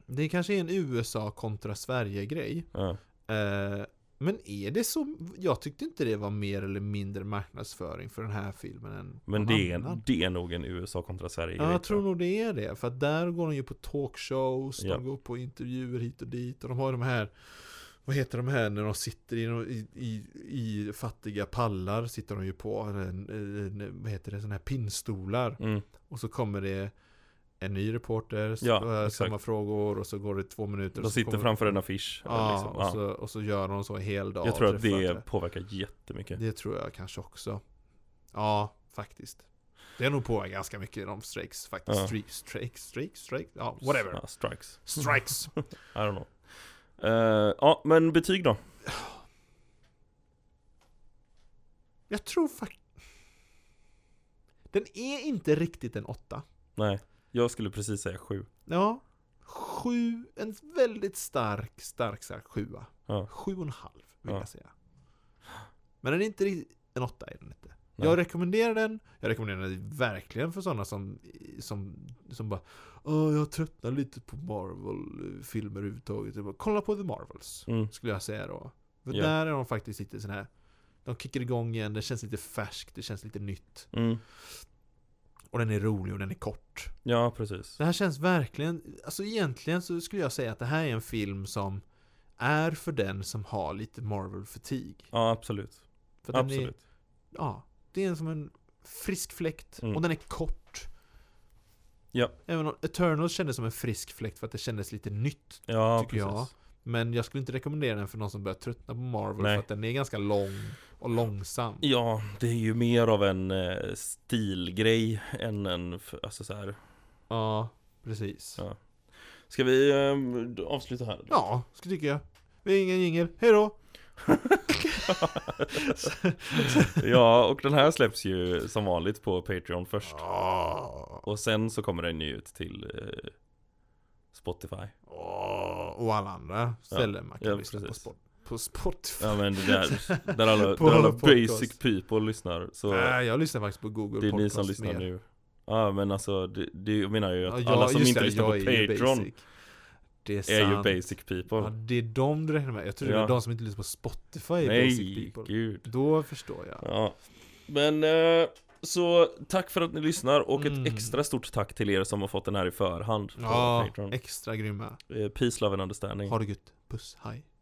Speaker 2: Det kanske är en USA kontra Sverige-grej.
Speaker 1: Ja.
Speaker 2: Eh, men är det så? Jag tyckte inte det var mer eller mindre marknadsföring för den här filmen än
Speaker 1: Men
Speaker 2: någon
Speaker 1: det är,
Speaker 2: annan.
Speaker 1: det är nog en USA kontra Sverige
Speaker 2: Ja, jag tror nog det är det. För att där går de ju på talkshows,
Speaker 1: Ja.
Speaker 2: de går på intervjuer hit och dit. Och de har ju de här, vad heter de här när de sitter i, no- i, i, i fattiga pallar, sitter de ju på, eller en, en, vad heter det, sådana här pinnstolar.
Speaker 1: Mm.
Speaker 2: Och så kommer det en ny reporter,
Speaker 1: Ja,
Speaker 2: ja,
Speaker 1: exakt.
Speaker 2: samma frågor och så går det två minuter.
Speaker 1: De
Speaker 2: och så
Speaker 1: sitter
Speaker 2: kommer-
Speaker 1: framför en affisch. eller
Speaker 2: Ja,
Speaker 1: liksom.
Speaker 2: och,
Speaker 1: Ja.
Speaker 2: så, och så gör de så en hel dag.
Speaker 1: jag tror
Speaker 2: och
Speaker 1: att
Speaker 2: träffar
Speaker 1: det
Speaker 2: inte.
Speaker 1: påverkar jättemycket.
Speaker 2: Det tror jag kanske också. Ja, faktiskt. Det är nog på ganska mycket i de strikes faktiskt.
Speaker 1: Ja.
Speaker 2: Strikes, strikes, strikes, strikes. Ja, whatever.
Speaker 1: Ja, strikes.
Speaker 2: Strikes.
Speaker 1: I don't know. Eh, ja, men betyg då?
Speaker 2: Jag tror faktiskt... Den är inte riktigt en åtta.
Speaker 1: Nej, jag skulle precis säga sju.
Speaker 2: Ja. Sju, en väldigt stark, stark, stark sjua.
Speaker 1: Ja.
Speaker 2: Sju och en halv vill
Speaker 1: Ja.
Speaker 2: jag säga. Men den är inte riktigt, en åtta är den inte.
Speaker 1: Nej.
Speaker 2: Jag rekommenderar den, jag rekommenderar den verkligen för sådana som, som, som bara Åh, jag tröttnar lite på Marvel-filmer överhuvudtaget. Jag bara, Kolla på The Marvels,
Speaker 1: Mm.
Speaker 2: skulle jag säga då. För
Speaker 1: Ja.
Speaker 2: där är de faktiskt lite sån här de kickar igång igen, det känns lite färskt, det känns lite nytt.
Speaker 1: Mm.
Speaker 2: Och den är rolig och den är kort.
Speaker 1: Ja, precis.
Speaker 2: Det här känns verkligen, alltså egentligen så skulle jag säga att det här är en film som är för den som har lite Marvel-fatig.
Speaker 1: Ja, absolut.
Speaker 2: För den Är,
Speaker 1: Absolut.
Speaker 2: ja, det är som en frisk fläkt
Speaker 1: Mm.
Speaker 2: och den är kort.
Speaker 1: Ja.
Speaker 2: Även om Eternals kändes som en frisk fläkt för att det kändes lite nytt.
Speaker 1: Ja,
Speaker 2: tycker jag.
Speaker 1: precis.
Speaker 2: Men jag skulle inte rekommendera den för någon som börjar tröttna på Marvel
Speaker 1: Nej.
Speaker 2: för att den är ganska lång och långsam.
Speaker 1: Ja, det är ju mer av en eh, stilgrej än en, f- alltså så här.
Speaker 2: Ja, precis. Ja,
Speaker 1: Ja. Ska vi eh, avsluta här?
Speaker 2: ja så tycker jag. Vi har ingen jingel. Hej då!
Speaker 1: ja, och den här släpps ju som vanligt på Patreon först.
Speaker 2: Ah.
Speaker 1: Och sen så kommer den ju ut till eh, Spotify.
Speaker 2: Åh, och alla andra ställen man kan
Speaker 1: ja,
Speaker 2: lyssna på,
Speaker 1: precis.
Speaker 2: sport, på Spotify.
Speaker 1: Ja men det där, där alla,
Speaker 2: På
Speaker 1: där alla
Speaker 2: podcast.
Speaker 1: basic people lyssnar. Så
Speaker 2: Nej, jag lyssnar faktiskt på Google
Speaker 1: det är ni
Speaker 2: Podcast
Speaker 1: som lyssnar
Speaker 2: mer.
Speaker 1: nu. Ja men alltså, det, det, jag menar ju
Speaker 2: Ja,
Speaker 1: att
Speaker 2: jag-
Speaker 1: alla som
Speaker 2: just
Speaker 1: inte
Speaker 2: det,
Speaker 1: lyssnar på
Speaker 2: jag är ju
Speaker 1: Patreon
Speaker 2: basic. Det är, sant.
Speaker 1: är ju basic
Speaker 2: Ja,
Speaker 1: people.
Speaker 2: det är de du räknar med. Jag tror det är
Speaker 1: Ja.
Speaker 2: de som inte lyssnar på Spotify är basic
Speaker 1: Nej,
Speaker 2: people.
Speaker 1: gud.
Speaker 2: Då förstår jag.
Speaker 1: Ja. Men eh, så tack för att ni lyssnar och
Speaker 2: Mm.
Speaker 1: ett extra stort tack till er som har fått den här i förhand på
Speaker 2: Ja,
Speaker 1: Patreon.
Speaker 2: extra grymma.
Speaker 1: Eh, Peace, love and understanding.
Speaker 2: Ha det gött. Puss, hej.